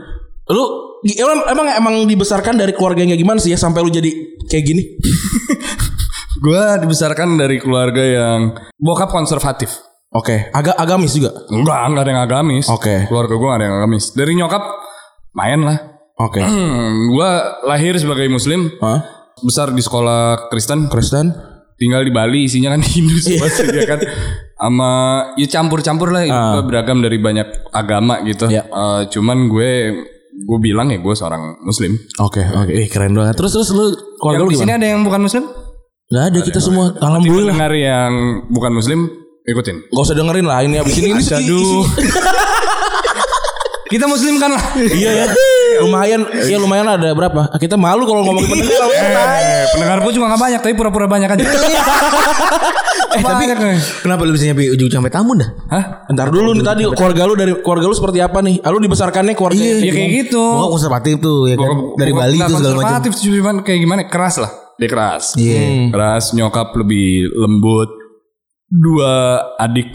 Lu gi- emang emang emang dibesarkan dari keluarga yang kayak gimana sih ya sampai lu jadi kayak gini?
gue dibesarkan dari keluarga yang bokap konservatif
Oke, agak agamis juga.
Enggak, enggak ada yang agamis.
Oke.
Keluarga gue gak ada yang agamis. Dari nyokap, main lah.
Oke.
gue lahir sebagai muslim.
Hah?
Besar di sekolah Kristen.
Kristen?
Tinggal di Bali, isinya kan Hindu semua
Iya.
sih, ya kan. Sama, ya campur-campur lah. hidup
Ah.
gua beragam dari banyak agama gitu.
Ya.
Eh, cuman gue, gue bilang ya gue seorang muslim.
Oke, oke. Ih, keren banget. Terus terus lu
yang
keluarga lu
di sini
gimana?
ada yang bukan muslim?
Gak ada kita semua. Alhamdulillah.
Dengar yang bukan muslim, ikutin.
Gak usah dengerin lah ini abis ini ini
Aduh. Kita muslim kan lah.
Iya ya. Lumayan, ya lumayan ada berapa? Ah, Kita malu kalau ngomongin pendengar.
Eh, pendengar gue juga gak banyak tapi pura-pura banyak
Iya.
aja. eh, tapi
Kenapa lu bisa nyampe ujung sampai tamu dah?
Hah?
Ntar dulu nih tadi keluarga lu dari keluarga lu seperti apa nih? Ah, Lu dibesarkannya keluarga
Ya kayak gitu.
Bokap konservatif tuh ya kan. Iya, Dari
Bokap
Bali
nggak
tuh segala macam.
konservatif, cuman kayak gimana? Keras lah. Hmm. Dia keras.
Iya.
Keras, nyokap lebih lembut. Dua adik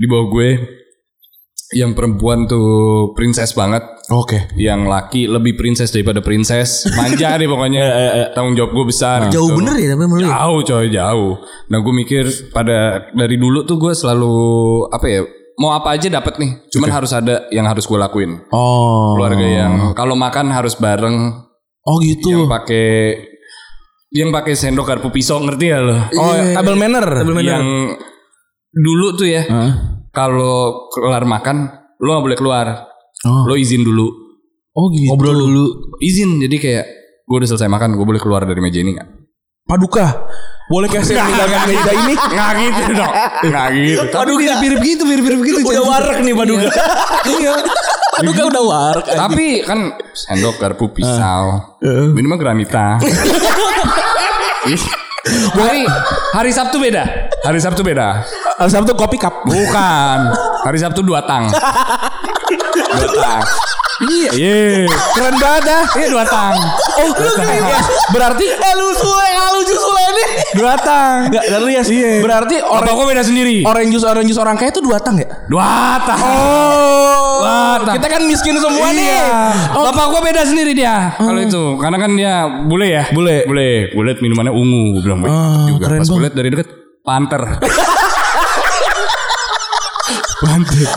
di bawah gue yang perempuan tuh princess banget.
Oke.
Yang laki lebih princess daripada princess. Manja deh pokoknya. Tanggung jawab gue besar.
Eh, Jauh
gitu.
bener ya tapi menurut lu ya?
Jauh coy jauh. Nah gue mikir pada dari dulu tuh gue selalu apa ya mau apa aja dapat nih. Cuman harus ada yang harus gue lakuin.
Oh.
Keluarga yang kalau makan harus bareng.
Oh gitu.
Iya.
Yang pakai yang pakai sendok garpu pisau ngerti ya lo?
Oh, Iya. table manner.
Yang dulu tuh ya kalau kelar makan lo gak boleh keluar.
Oh.
Lo izin dulu.
Oh gitu. Ngobrol dulu.
Izin jadi kayak gue udah selesai makan gue boleh keluar dari meja ini gak?
Paduka. Boleh kayak saya meninggalkan meja ini?
Nggak gitu dong. Nggak gitu. Tapi mirip-mirip gitu, mirip-mirip gitu.
Udah warek nih Paduka. Iya. Paduka udah warek.
Tapi kan sendok garpu pisau. Minimal granita. Ih. hari hari Sabtu beda. Hari Sabtu beda.
Hari Sabtu kopi cup.
Bukan. Hari Sabtu dua tang. Dua tang. Iya.
Keren banget ah.
Iya dua tang.
Oh, berarti eh lu sule, lu jus sule ini. Dua tang. Enggak, lu ya. Berarti
Orang
orang
gue beda sendiri.
orange juice orange juice orang kaya itu dua tang ya?
Dua tang.
Oh.
Dua tang.
Kita kan miskin semua nih. Hmm.
Oh. Bapak gue beda sendiri dia. Kalau itu, karena kan dia bule ya.
Bule.
Bule. Gue liat minumannya ungu, gue bilang "Wih,
Ah,
juga.
keren
Pas gue
banget.
liat dari deket, panter.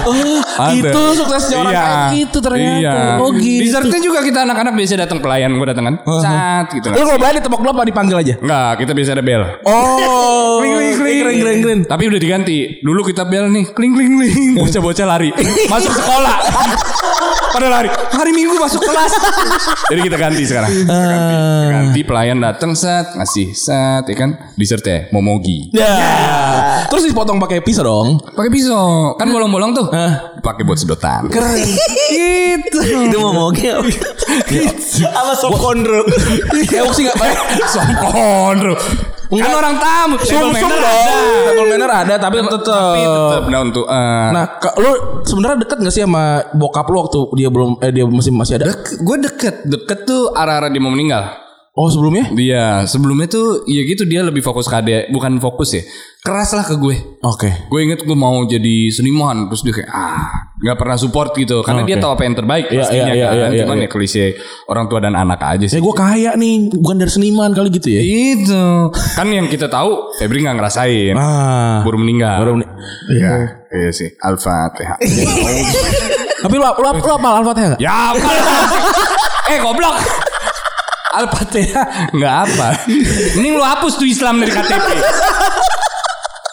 Oh,
Panter.
itu suksesnya orang
Iya.
kaya gitu ternyata.
Iya.
Oh gitu.
Dessertnya juga kita anak-anak biasa datang pelayan gue datang kan. Cat gitu kan.
Lu kalau berani tepok lu apa dipanggil aja?
Enggak, kita biasa ada bel.
Oh. kling kling kling kling kling. kling.
Tapi udah diganti. Dulu kita bel nih, kling kling kling. Bocah-bocah lari. masuk sekolah. Pada lari. Hari Minggu masuk kelas. Jadi kita ganti sekarang. Kita ganti. Kita ganti pelayan datang set, ngasih set, ya kan. Dessert ya, momogi.
Ya. Terus dipotong pakai pisau dong.
Pakai pisau. Kan kan bolong-bolong tuh. Pakai buat sedotan.
Keren. Gitu.
Itu Itu ngomongnya
Sama subkondro.
Ewok sih Gitu. Iya, nggak pakai.
Songkon lu. Kan orang tamu. Table
Sum sum
manner
dong.
ada.
Table manner ada tapi
Tapi tetep
tetep.
nah untuk eh,
Nah, ke, lu sebenarnya deket gak sih sama bokap lu waktu dia belum eh dia masih masih ada?
gue deket deket tuh arah-arah dia mau meninggal
Oh, sebelumnya?
dia Iya, sebelumnya tuh ya gitu dia lebih fokus ke adek bukan fokus ya keras lah ke gue
Oke.
gue inget gue mau jadi seniman terus dia kayak ah nggak pernah support gitu karena
Oh,
dia
oke.
tahu apa yang terbaik
Iya,
pastinya
iya, iya,
kan
iya,
cuman
iya.
ya klise orang tua dan anak aja sih
Ya gue kaya nih, bukan dari seniman kali gitu ya.
itu kan yang kita tahu Febri nggak ngerasain
Ah.
baru meninggal
Baru
ya iya sih Alfa
Tapi lu lu, lu apa Al-Fatihah nggak?
ya apa eh goblok
Al-Fatihah.
Nggak apa. Mending lu hapus tuh Islam dari KTP.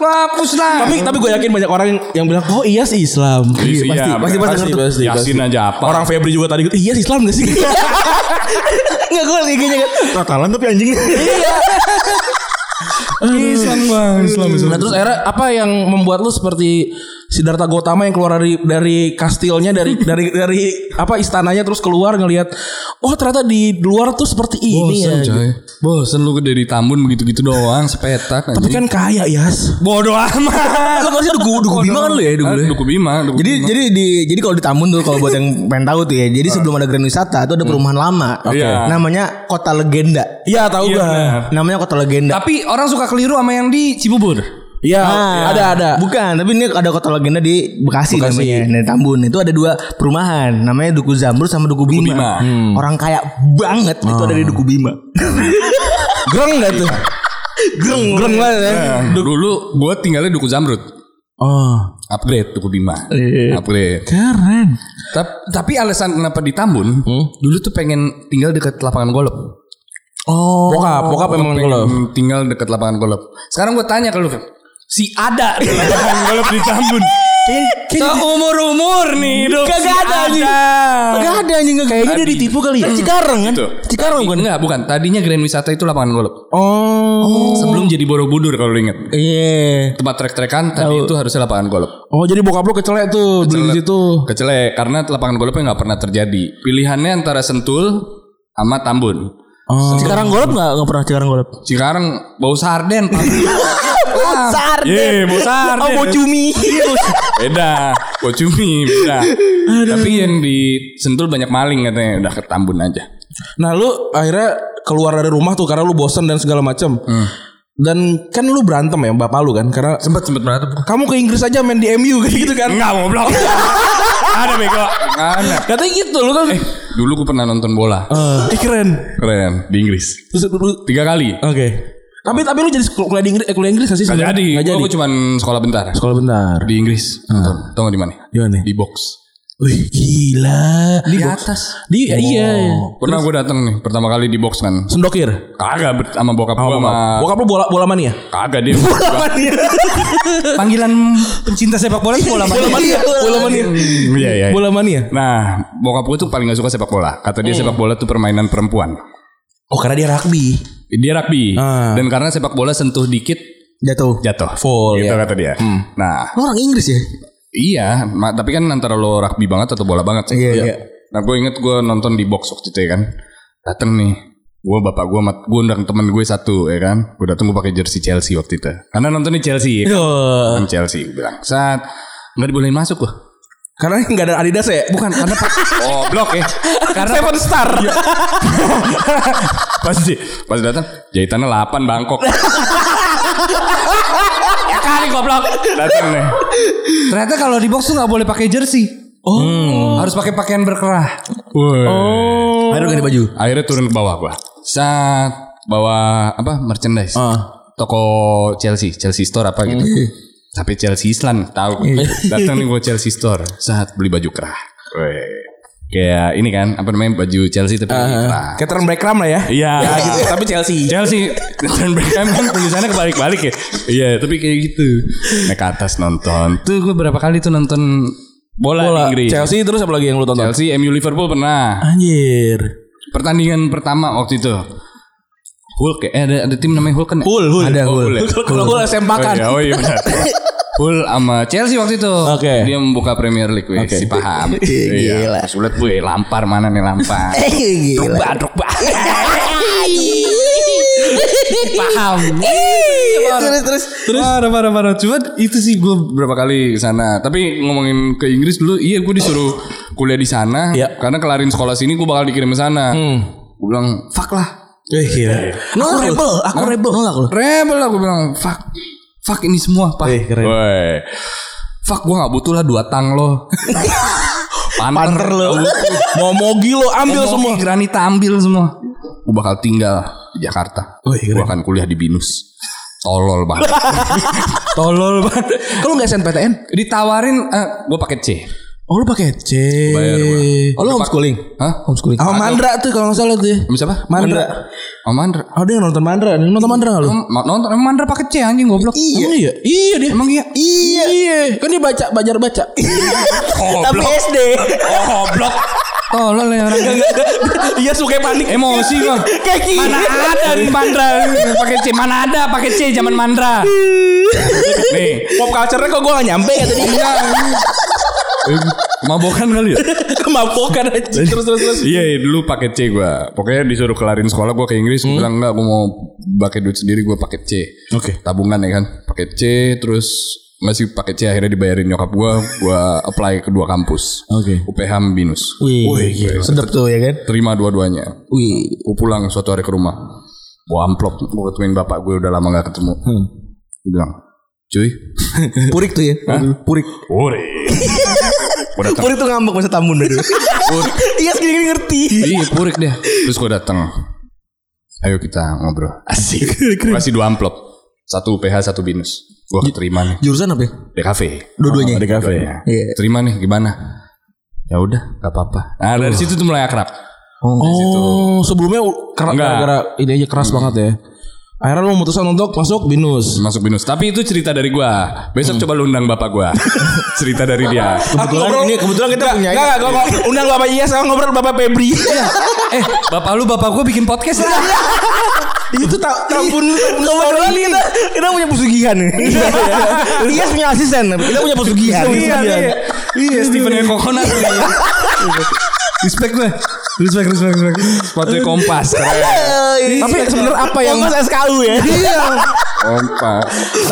lu hapus lah.
Tapi tapi gue yakin banyak orang yang, yang bilang, "Oh, iya sih
Ya
Islam."
Iya,
pasti,
iya,
pasti, pasti,
pasti,
pasti,
pasti. Yasin aja apa.
Orang Febri juga tadi gitu, "Iya sih Islam gak sih?"
Enggak gue lagi gini.
Totalan tapi anjing
Iya. Islam bang, Islam, Islam. Nah terus akhirnya apa yang membuat lu seperti Siddhartha Gautama yang keluar dari dari kastilnya dari dari dari apa istananya terus keluar ngelihat oh ternyata di luar tuh seperti ini
Iya,
ya. gitu.
coy. Bosen lu dari Tambun begitu-gitu doang sepetak
Tapi kan kaya Yas.
bodoh
Eh,
amat.
Lu masih duku Duku Bima kan lu ya Duku
Duku Bima, Duku
Jadi
Bima.
jadi di jadi kalau di Tambun tuh kalau buat yang pengen tahu tuh ya. Jadi
Ah.
sebelum ada Grand Wisata tuh ada perumahan lama.
Iya.
Namanya Kota Legenda.
Hmm. Iya tahu
Iya,
gua.
benar.
Namanya Kota Legenda.
tapi orang suka keliru sama yang di Cibubur.
Iya
Ah,
ada ada.
Bukan, tapi ini ada kota legenda di Bekasi,
Bekasi.
namanya. Nah, di Tambun itu ada dua perumahan, namanya Duku Zamrud sama Duku Bima.
Bima.
Hmm.
Orang kaya banget itu ada di Duku Bima.
Oh. Greng gak tuh? Greng greng banget ya.
Hmm. Dulu gua tinggalnya Duku Zamrud.
Oh
Upgrade Duku Bima.
Iya.
Upgrade.
Keren.
Tap- Tapi alasan kenapa di Tambun, dulu tuh pengen tinggal dekat lapangan golf.
Oh.
bokap bokap
Gua
emang
pengen
kalau
Hmm, tinggal dekat lapangan golf. Sekarang gue tanya ke lu, Feb. si ada di lapangan golf di Tambun. Seumur umur nih hidup si
Kagak ada anjing.
Kan?
Enggak ada anjing kayaknya dia ditipu kali.
ya.
Kan Cikarang kan?
Gitu.
Cikarang bukan?
Enggak, bukan. Tadinya Grand Wisata itu lapangan golf.
oh
Sebelum jadi Borobudur kalau lu inget.
Iya.
Tempat trek-trekan tadi itu harusnya lapangan golf.
oh jadi bokap lu kecelek tuh beli di situ.
Kecelek karena lapangan golfnya nggak pernah terjadi. Pilihannya antara Sentul sama Tambun.
Oh.
Cikarang golop enggak enggak pernah Cikarang golop.
Sekarang bau sarden.
Sarden.
Iya, bau sarden.
Oh, mau cumi.
beda Bocumi beda tapi yang di Sentul banyak maling katanya udah ke Tambun aja
Nah lu akhirnya keluar dari rumah tuh karena lu bosan dan segala macam.
Hmm.
Dan kan lu berantem ya bapak lu kan karena
sempet sempet berantem
kamu ke Inggris aja main di MU kayak gitu kan.
enggak mau blok ada bego ada
Katanya gitu lu kan. Eh,
dulu gue pernah nonton bola
ih, keren.
keren di Inggris
Terus lu Oke.
tiga kali
Tapi tapi lu jadi sekul- kuliah di Inggris eh, kuliah Inggris gak sih?
Gak
sebenarnya?
jadi, Oh,
Oh,
Nggak
Gua-
jadi.
gua cuman sekolah bentar
Sekolah Ah. bentar.
Di Inggris Nonton. Tau gak di mana?
Di mana?
Di box
Wih, gila.
Di atas Oh.
Di ya, iya.
Pernah gue dateng nih Pertama kali di box kan
Sendokir.
Kagak ber- sama bokap gue sama
Bokap lu bola bola mania.
Kagak dia Panggilan pencinta sepak bola itu bola
Bola mania. Eh. Bola mania.
Iya iya
Bola mania.
Nah, bokap gue tuh paling gak suka sepak bola. Kata
Hmm.
dia sepak bola tuh permainan perempuan.
Oh, karena dia rugby.
Dia rugby.
Ah.
Dan karena sepak bola sentuh dikit
Jatuh. Iya. Hmm.
jatuh.
Full,
Gitu
ya.
kata dia. Nah,
Lu orang Inggris ya?
iya. ma- tapi kan antara lo rugby banget atau bola banget sih.
Iya, iya.
Nah, gue inget gue nonton di box waktu itu ya kan. Dateng nih. Gue bapak gue, gue undang temen gue satu ya kan. Gue dateng gue pakai jersey Chelsea waktu itu. Karena nontonnya Chelsea.
Iya.
Ya.
Duh.
Nonton Chelsea. Gue bilang, saat nggak dibolehin masuk gue.
Karena nggak ada Adidas ya?
Bukan karena pas oh blok ya. Karena
Seven Star.
pas sih pas datang jahitannya 8 Bangkok. ya kali goblok. Datang nih. Ternyata kalau di box tuh nggak boleh pakai jersey. Oh, harus pakai pakaian berkerah. Oh.
Akhirnya ganti baju.
Akhirnya turun ke bawah gua. Saat bawa apa merchandise.
Ah.
Toko Chelsea, Chelsea Store apa gitu.
Hmm.
Tapi Chelsea Island tahu.
Iya.
Datang nih gua Chelsea Store saat beli baju kerah. Weh. Kayak ini kan apa namanya baju Chelsea
Ah.
tapi
Eh,
kerah.
Catherine Beckham lah ya.
Iya.
gitu. Tapi Chelsea.
Chelsea dan Beckham kan tulisannya kebalik-balik ya. Iya, tapi kayak gitu. Naik ke atas nonton. Tuh gue berapa kali tuh nonton bola,
Bola.
di Inggris.
Chelsea terus apa lagi yang lu tonton?
Chelsea, MU Liverpool pernah.
Anjir.
Pertandingan pertama waktu itu. Hulk ya? Eh, ada, ada tim namanya Hulk kan? ya?
Hul, hul.
Ada Hulk.
Kalau gue sempakan.
Oh iya, oh iya benar. Full sama Chelsea waktu itu.
Oke.
Dia membuka Premier League, weh,
Oke.
si paham.
Gila.
Iya, Sulit, weh, lampar mana nih lampar.
Gila.
Badruk banget. Paham.
Terus terus.
Iya, Terus parah parah parah. Cuman itu sih gue berapa kali ke sana. Tapi ngomongin ke Inggris dulu, iya gue disuruh kuliah di sana.
Iya.
Karena kelarin sekolah sini gue bakal dikirim ke sana. Gue bilang fuck lah.
Eh gila.
Aku rebel, aku rebel. Nolak lu.
Rebel lah gue bilang fuck. Fuck ini semua, Pak.
Eh, keren.
Woi. Fuck gue gak butuh lah dua tang lo. Panter, lo.
Mau mogi lo
Ambil
ambil semua.
semua. Granita ambil semua. Gue bakal tinggal di Jakarta.
Wih, keren.
Gue akan kuliah di Binus. Tolol banget. Tolol banget.
Kalau nggak SNPTN?
Ditawarin gue pakai C.
Oh lu pakai C.
Bayar gua.
Eh,
Oh lu homeschooling.
Hah?
Homeschooling. Sama Mandra tuh kalau nggak salah tuh. ya.
Sama siapa?
Mandra.
Oh, Mandra.
Oh dia nonton Mandra. Dia nonton Mandra nggak lu?
Em, ma- Nonton emang Mandra pakai C anjing goblok.
Iya. Iya. Iya dia.
Emang iya.
Iya. Iya. Kan dia baca belajar baca.
Tapi SD.
Oh, Goblok. Tolol ya orang.
Iya suka panik.
Emosi bang.
Kayak gini.
Mana ada di Mandra pakai C? Mana ada pakai C zaman Mandra? Nih.
Pop culture-nya kok gue gak nyampe ya tadi.
Iya. Mabokan kali ya?
Kemabokan aja. Terus terus terus.
Iya iya, dulu pakai C gue Pokoknya disuruh kelarin sekolah gue ke Inggris Gue bilang enggak gue mau pakai duit sendiri gue pakai C
Oke.
Tabungan ya kan Pakai C terus masih pakai C akhirnya dibayarin nyokap gue Gue apply ke dua kampus
Oke.
UPH sama Binus
Wih, sedap tuh ya kan?
Terima dua-duanya
Wih.
Gue pulang suatu hari ke rumah Gue amplop Gue ketemuin bapak gue udah lama gak ketemu Gue bilang Cuy
Purik tuh ya. Purik.
Ore
Purik tuh ngambek masa tamun dulu.
Iya segini ngerti.
Iya purik deh Terus gue datang Ayo kita ngobrol
Asik.
Gua kasih dua amplop. Satu UPH, satu binus. Gua terima nih.
Jurusan apa ya?
DKV.
Dua-duanya.
Ada kafe.
Iya.
Terima nih gimana? Ya udah, gak apa-apa. Nah, dari situ tuh mulai akrab.
Oh, sebelumnya keras
Enggak.
gara-gara ini aja keras banget ya. Akhirnya lu memutuskan untuk masuk binus.
Masuk binus. Tapi itu cerita dari gua. Besok coba lu undang bapak gua. cerita dari dia.
Kebetulan ini Iya. kebetulan kita punya.
ini.
Enggak, enggak, gua- gua- undang Bapak Iya sama ngobrol Bapak Febri. Iya,
eh, bapak lu bapak gua bikin podcast
ya?
lah.
Itu tak ampun
Kebetulan kita kita punya pesugihan
Iya,
nih. Lias punya asisten. Kita punya pesugihan.
Iya, iya.
Iya, Steven yang kokonat. respect gue. Respect, respect, respect. Sepatunya kompas. Keren.
Tapi sebenarnya apa yang Iya.
Mas SKU ya.
Kompas.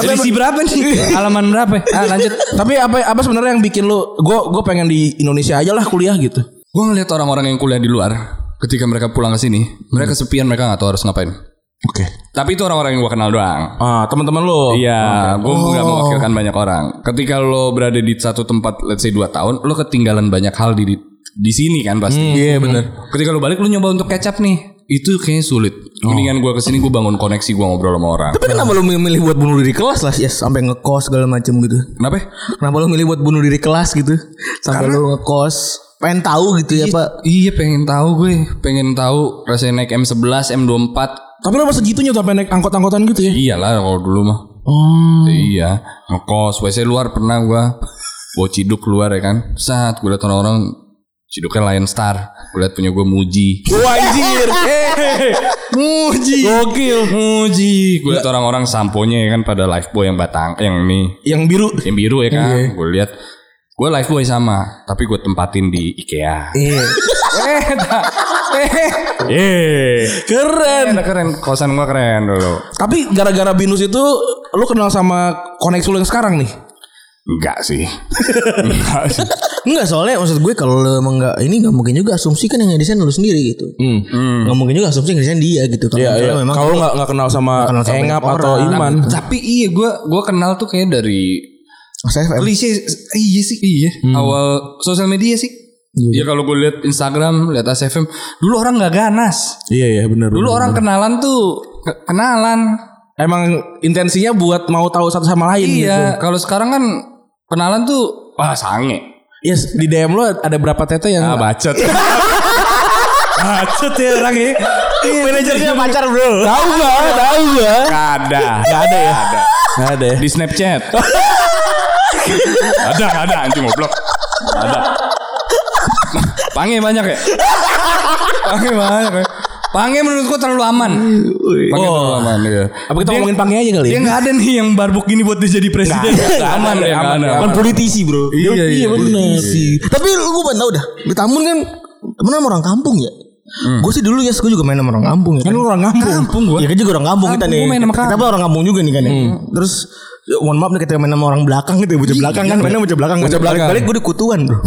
Jadi si berapa nih? Halaman berapa? Ah, lanjut.
tapi apa apa sebenarnya yang bikin lu gua gua pengen di Indonesia aja lah kuliah gitu.
Gue ngeliat orang-orang yang kuliah di luar, ketika mereka pulang ke sini, mereka kesepian, mereka nggak tahu harus ngapain.
Oke.
Tapi itu orang-orang yang gue kenal doang.
Ah, teman-teman lu.
Iya, gue nggak mewakilkan banyak orang. Ketika lo berada di satu tempat, let's say 2 tahun, lo ketinggalan banyak hal di di sini kan pasti.
Iya benar.
Ketika lo balik, lo nyoba untuk catch up nih, itu kayaknya sulit. Mendingan gue kesini, gue bangun koneksi, gue ngobrol sama orang.
Tapi kenapa lu milih buat bunuh diri kelas lah? Yes, sampai ngekos segala macem gitu.
Kenapa?
Kenapa lu milih buat bunuh diri kelas gitu? Sampai lu ngekos. Pengen tahu gitu ya pak?
Iya, pengen tahu gue, pengen tahu rasanya naik M11, M24,
Tapi lu masa gitunya tuh sampai naik angkot-angkotan gitu ya?
Iyalah Iya kalau dulu mah. Oh. Iya. Ngekos WC luar pernah gua bawa ciduk keluar ya kan. Saat gua liat orang-orang ciduknya Lion Star. Gua liat punya gua Muji.
Wah, anjir. Eh,
Muji. Gokil. Muji. Gua liat orang-orang samponya ya kan pada lifeboy yang batang yang ini
yang biru.
yang biru ya kan. Gua liat gua lifeboy sama, tapi gua tempatin di IKEA.
Iya.
eh, tak. Eh.
Keren.
Keren. keren. Kosan gua keren dulu.
Tapi gara-gara binus itu lu kenal sama koneksi lu yang sekarang nih.
Enggak sih. Enggak sih.
Enggak soalnya maksud gue kalau lu emang enggak ini enggak mungkin juga asumsi kan yang ngedesain lu sendiri gitu. Enggak mungkin juga asumsi yang ngedesain dia gitu
Hmm.
kan.
Iya, iya.
Soalnya memang
Kalau nggak nggak kenal sama
kenal sama
Engap
banyak
atau
orang.
Iman.
Tapi iya gue gua kenal tuh kayak dari
saya
klise iya sih iya awal sosial media sih. Ya kalau gue lihat Instagram, lihat ACFM, dulu orang nggak ganas.
Iya, iya benar.
Dulu orang kenalan tuh ke- kenalan.
emang intensinya buat mau tahu satu sama lain gitu.
Iya, kalau sekarang kan kenalan tuh wah sange.
Yes, di DM lu ada berapa tete yang
Ah, bacot. bacot ya orang ya.
Manajernya pacar bro.
Tahu gak? Tahu gak?
Gak ada. Nah,
Gak ada ya? Ada. Gak ada ya?
Di Snapchat. ada, ada anjing goblok. Ada. Pange banyak ya? Pange banyak ya? Pange menurut gua terlalu aman. Pange terlalu aman ya.
Apa kita ngomongin Pange aja kali ya?
Dia nggak ada nih yang barbuk gini buat dia jadi presiden. Nggak aman ya, nggak ada.
Kan politisi bro
Iya, iya,
bener sih
Tapi lu gue pengen tau dah. Di Tamun kan temen sama orang kampung ya. Gue sih dulu ya, gue juga main sama orang kampung ya. Kan
Lu orang kampung
Kampung gua.
Ya kan juga orang kampung kita
Kampung,
nih.
gua main sama
Kita
kampung.
pun orang kampung juga nih kan. ya. Terus ya, mohon maaf nih ketika main sama orang belakang gitu ya, bocah belakang kan, mainnya bocah belakang.
Bocah
Bocah
belakang.
belakang. Balik gue dikutuan, Bro.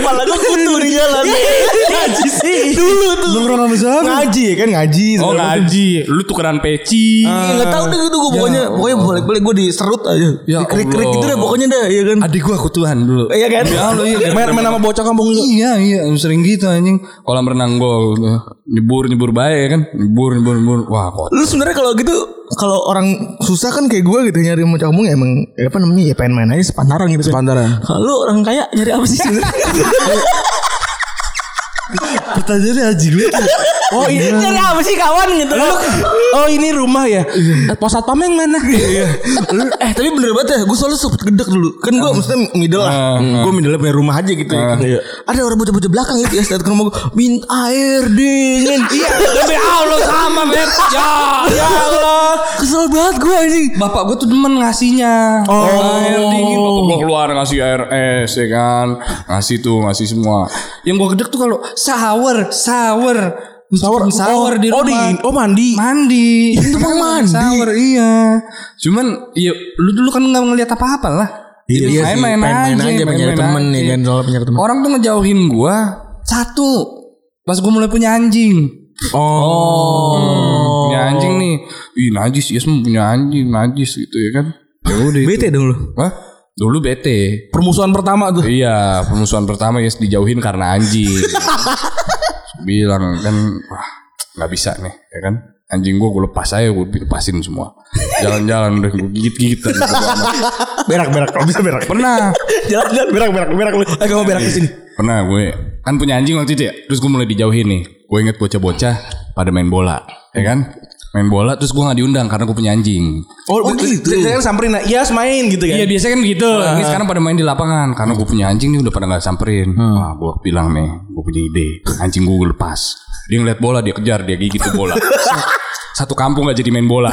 Malah gue kutu di jalan
Iya,
Ngaji sih Dulu tuh
Nongkrong sama siapa? Ngaji ya kan, ngaji.
Oh
segala macam.
ngaji, Ah. lu tukeran peci.
Iya, Nggak tahu deh gitu gue pokoknya pokoknya balik-balik gue diserut aja.
Ya
Dikerik-kerik
Allah.
gitu deh pokoknya dah, ya kan.
Adik gua kutuhan dulu.
Iya kan?
Ya lu iya.
Main main sama bocah kampung lu.
Iya iya sering gitu anjing kolam renang gol nyebur nyebur baik kan nyebur nyebur nyebur wah kok
Lu sebenarnya kalau gitu kalau orang susah kan kayak gue gitu nyari mau kampung ya emang ya apa namanya ya pengen main aja sepantaran gitu. kan.
Sepantaran.
Kalau lu orang kaya nyari apa sih sebenarnya?
Pertanyaannya haji lu Oh ini
Nyari apa sih kawan gitu loh.
Oh ini rumah ya
Iya.
Eh,
Pos satpam yang mana
Lu- eh tapi bener banget ya gue soalnya sempet gedek dulu kan gue maksudnya middle
Ah.
lah
Hmm.
gue middle punya rumah aja gitu
Ah,
ya kan.
iya.
ada orang bocah-bocah belakang gitu ya setelah ke rumah gue min air dingin iya
demi Allah sama beb ya ya Allah
kesel banget gue ini
bapak gue tuh demen ngasihnya oh air dingin bapak gue keluar ngasih air es ya kan ngasih tuh ngasih semua yang gue gedek tuh kalau shower shower shower shower di
Oh,
rumah
di oh mandi.
mandi itu
mah mandi.
shower iya cuman ya lu dulu kan nggak ngeliat apa apa lah
Iya,
Jadi
iya sih.
main-main
Main-main aja, pengen nyari temen, ya
aja.
kan, soalnya pengen nyari temen.
Orang tuh ngejauhin gua satu pas gua mulai punya anjing. Oh. Punya anjing nih. Ih najis, Yes mah punya anjing, najis gitu ya kan. Ya udah. itu.
bete dong lu
Hah? Dulu bete.
Permusuhan pertama tuh.
Iya, permusuhan pertama Yes dijauhin karena anjing. Bilang kan wah nggak bisa nih, ya kan? Anjing gua gua lepas aja, gua lepasin semua. Jalan-jalan udah gua gigit-gigit tadi.
berak-berak kalau bisa berak
Pernah
jalan-jalan berak-berak berak lu eh mau berak di sini
Pernah gue Kan punya anjing waktu itu ya Terus gue mulai dijauhin nih Gue inget bocah-bocah Pada main bola Ya kan Main bola Terus gue gak diundang Karena gue punya anjing
Oh, gitu. Jangan samperin. nah, Iya, main gitu kan.
Iya biasanya kan gitu Ini sekarang pada main di lapangan Karena gue punya anjing nih Udah pada gak samperin Wah gue bilang nih Gue punya ide Anjing gue lepas Dia ngeliat bola Dia kejar Dia gigit tuh bola Satu kampung gak jadi main bola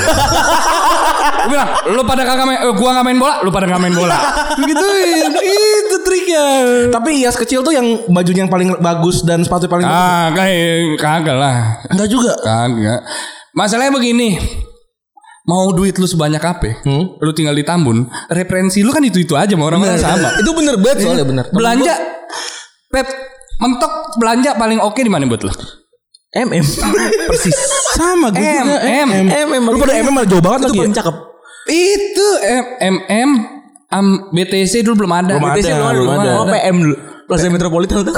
Gue bilang Lu pada kagak main eh, Gue gak main bola Lu pada gak main bola
Begituin. Itu triknya. Tapi Yas kecil tuh yang bajunya yang paling bagus dan sepatu yang paling bagus.
Ah kayak kagak lah
Enggak juga.
Kagak. Masalahnya begini. Mau duit lu sebanyak apa? Lu tinggal di Tambun, referensi lu kan itu-itu aja sama orang-orang sama.
itu bener
Iya,
banget soalnya bener
Belanja Pep mentok belanja paling oke di mana buat lu?
mm persis
Sama gue
M
juga.
M
mm
Lu pada MM malah jauh banget
itu
lagi.
paling
ya?
cakep
itu M M M am BTC dulu belum ada.
Belum
BTC
ada, belum ada.
oh PM dulu Plaza Metropolitan tuh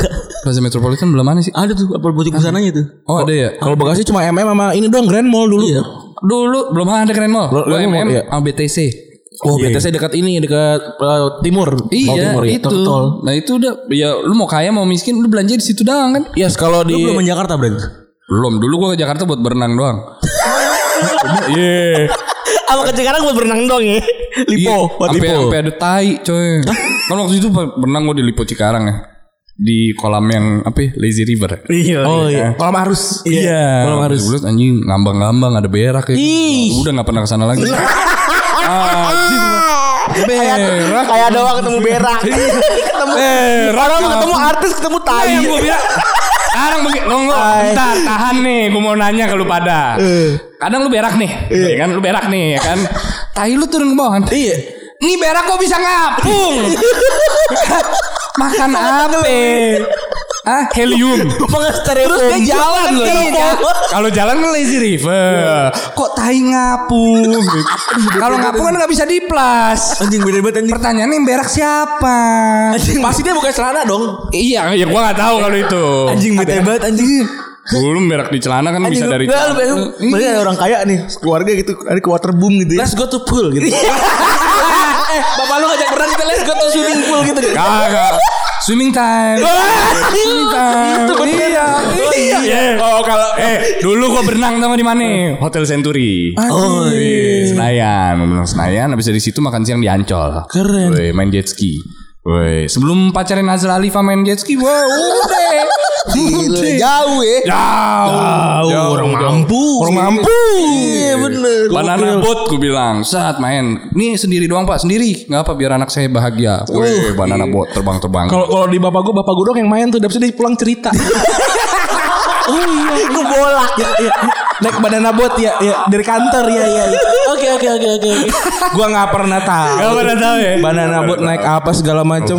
Plaza Metropolitan belum ada sih.
Ah,
ada tuh apa bocah busananya tuh
Oh, ada ya.
Kalau Bekasi cuma MM sama ini doang Grand Mall dulu.
Iya.
Dulu belum ada Grand Mall.
Belum- belum,
M M
iya.
sama BTC.
Oh, BTC dekat ini, dekat eh, timur. Mall
Iya,
timur, ya.
itu. Nah, itu udah ya lu mau kaya mau miskin lu belanja di situ doang kan?
Yes, kalau di
belum main Jakarta berarti
Belum, dulu gua ke Jakarta buat berenang doang.
Sama ke Cikarang buat berenang dong ya
Lipo,
buat
Iya, sampai sampai ada tai, coy. Kan waktu itu berenang gua di Lipo Cikarang ya. Di kolam yang apa? ya, Lazy River.
Iya
Oh iya, kolam arus. Iya, kolam arus.
Bulat anjing ngambang-ngambang ada berak ya. Udah nggak pernah kesana lagi. Anjing. berak.
Kayak doang ketemu berak
Iya.
Ketemu Orang mau ketemu artis ketemu tai
Yang Iya, gua bilang sekarang begini lo nggak bentar tahan nih gue mau nanya ke lu pada kadang lu berak nih ya kan lu berak nih ya kan tai lu turun ke bawah kan iya nih berak kok bisa ngapung makan apa ah helium
Pengen stereofoam
dia jalan loh iya. kalau jalan ke lazy river kok tai ngapung kalau ngapung kan nggak bisa diplas
anjing beda banget anjing
pertanyaannya yang berak siapa
pasti dia bukan celana dong
iya ya gua nggak tahu kalau itu
Anjing bete banget anjing.
Belum berak di celana kan bisa dari celana. Iya.
Nah, lu bayangin, bayangin ada orang kaya nih, keluarga gitu, ada ke waterboom gitu ya.
Let's go to pool gitu
Iya. eh, bapak lu ngajak berenang kita let's go to swimming pool gitu.
Kagak. Swimming time. Swimming time. Iya. Iya. Oh kalau eh dulu gua berenang sama di mana? Hotel Century. Oh iya. Senayan, berenang Senayan habis dari situ makan siang di Ancol. Keren. main jet ski. Woi, sebelum pacarin Azra Alifa main jet ski, wah udah.
Gila, jauh ya.
Jauh,
Jauh, Oh, orang mampu.
Orang mampu.
Iya bener.
Banana boat gue bilang Saat main Nih sendiri doang pak Sendiri Gak apa biar anak saya bahagia Wih banana boat Terbang-terbang
Kalau kalau di bapak gue, bapak gue doang yang main tuh, dapet dia pulang cerita. oh iya, gue bolak. Ya, ya. Naik badan abot ya, ya dari kantor ya, ya. ya. Oke oke oke oke. oke. Gue nggak pernah tahu. Gak pernah tahu ya. Badan abot naik apa segala macam.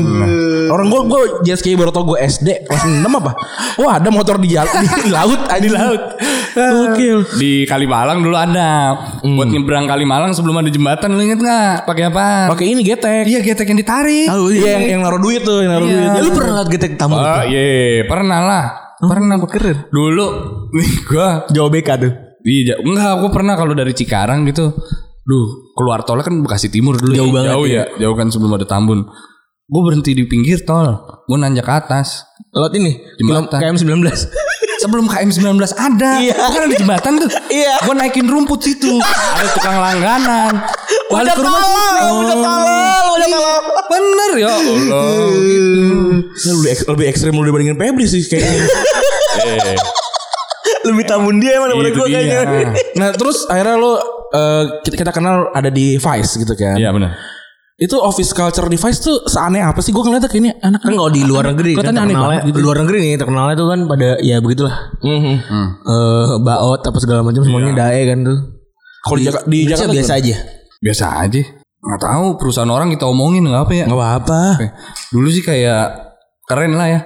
Orang gue gue jet ski baru tau gue SD kelas 6 apa. Wah ada motor di jalan di, laut di laut. Oke.
Di Kalimalang dulu ada
Hmm.
Buat nyebrang Kalimalang Sebelum ada jembatan Lu inget gak? Pakai apa?
Pakai ini getek.
Iya getek yang ditarik
Iya, yang, yang naruh duit tuh, yang naruh
Iya.
duit. Eh,
Ya, lu pernah liat getek tamu?
Ah, ye, pernah lah. Pernah gue keren. Dulu nih gua
Jawa BK tuh.
iya ja- enggak gua pernah kalau dari Cikarang gitu. Duh, keluar tolnya kan Bekasi Timur dulu.
Jauh
ya.
banget
Jauh ya. Jauh kan sebelum ada Tambun. Gue berhenti di pinggir tol. Gue nanjak ke atas.
Lewat ini.
Jembatan.
KM 19.
Sebelum KM19 ada.
Iya.
Bukan ada jembatan tuh.
Iya.
Gue naikin rumput situ. ada tukang langganan. Balik ke rumah situ.
udah tolol, udah tolol.
Bener ya Allah.
Nah, lebih, ek- lebih ekstrim lu dibandingin Febri sih kayaknya.
Lebih tamun dia emang daripada
Itu
gue
dia.
kayaknya.
nah terus akhirnya lu eh, kita, kita kenal ada di Vice gitu kan.
Iya bener.
Itu office culture di Vice tuh seaneh apa sih? Gue ngeliatnya kayaknya anak
Kan kalau di luar negeri kan
Kelihatannya aneh
terkenalnya,
banget gitu.
luar negeri nih terkenalnya tuh kan pada ya begitulah.
Mm-hmm.
Hmm.
Eh baot apa segala macam semuanya dae kan tuh.
Kalau di, Jaka- di
Indonesia
Jakarta
biasa aja.
Biasa aja. Nggak tahu perusahaan orang kita omongin nggak apa ya.
Gak apa-apa.
Dulu sih kayak keren lah ya.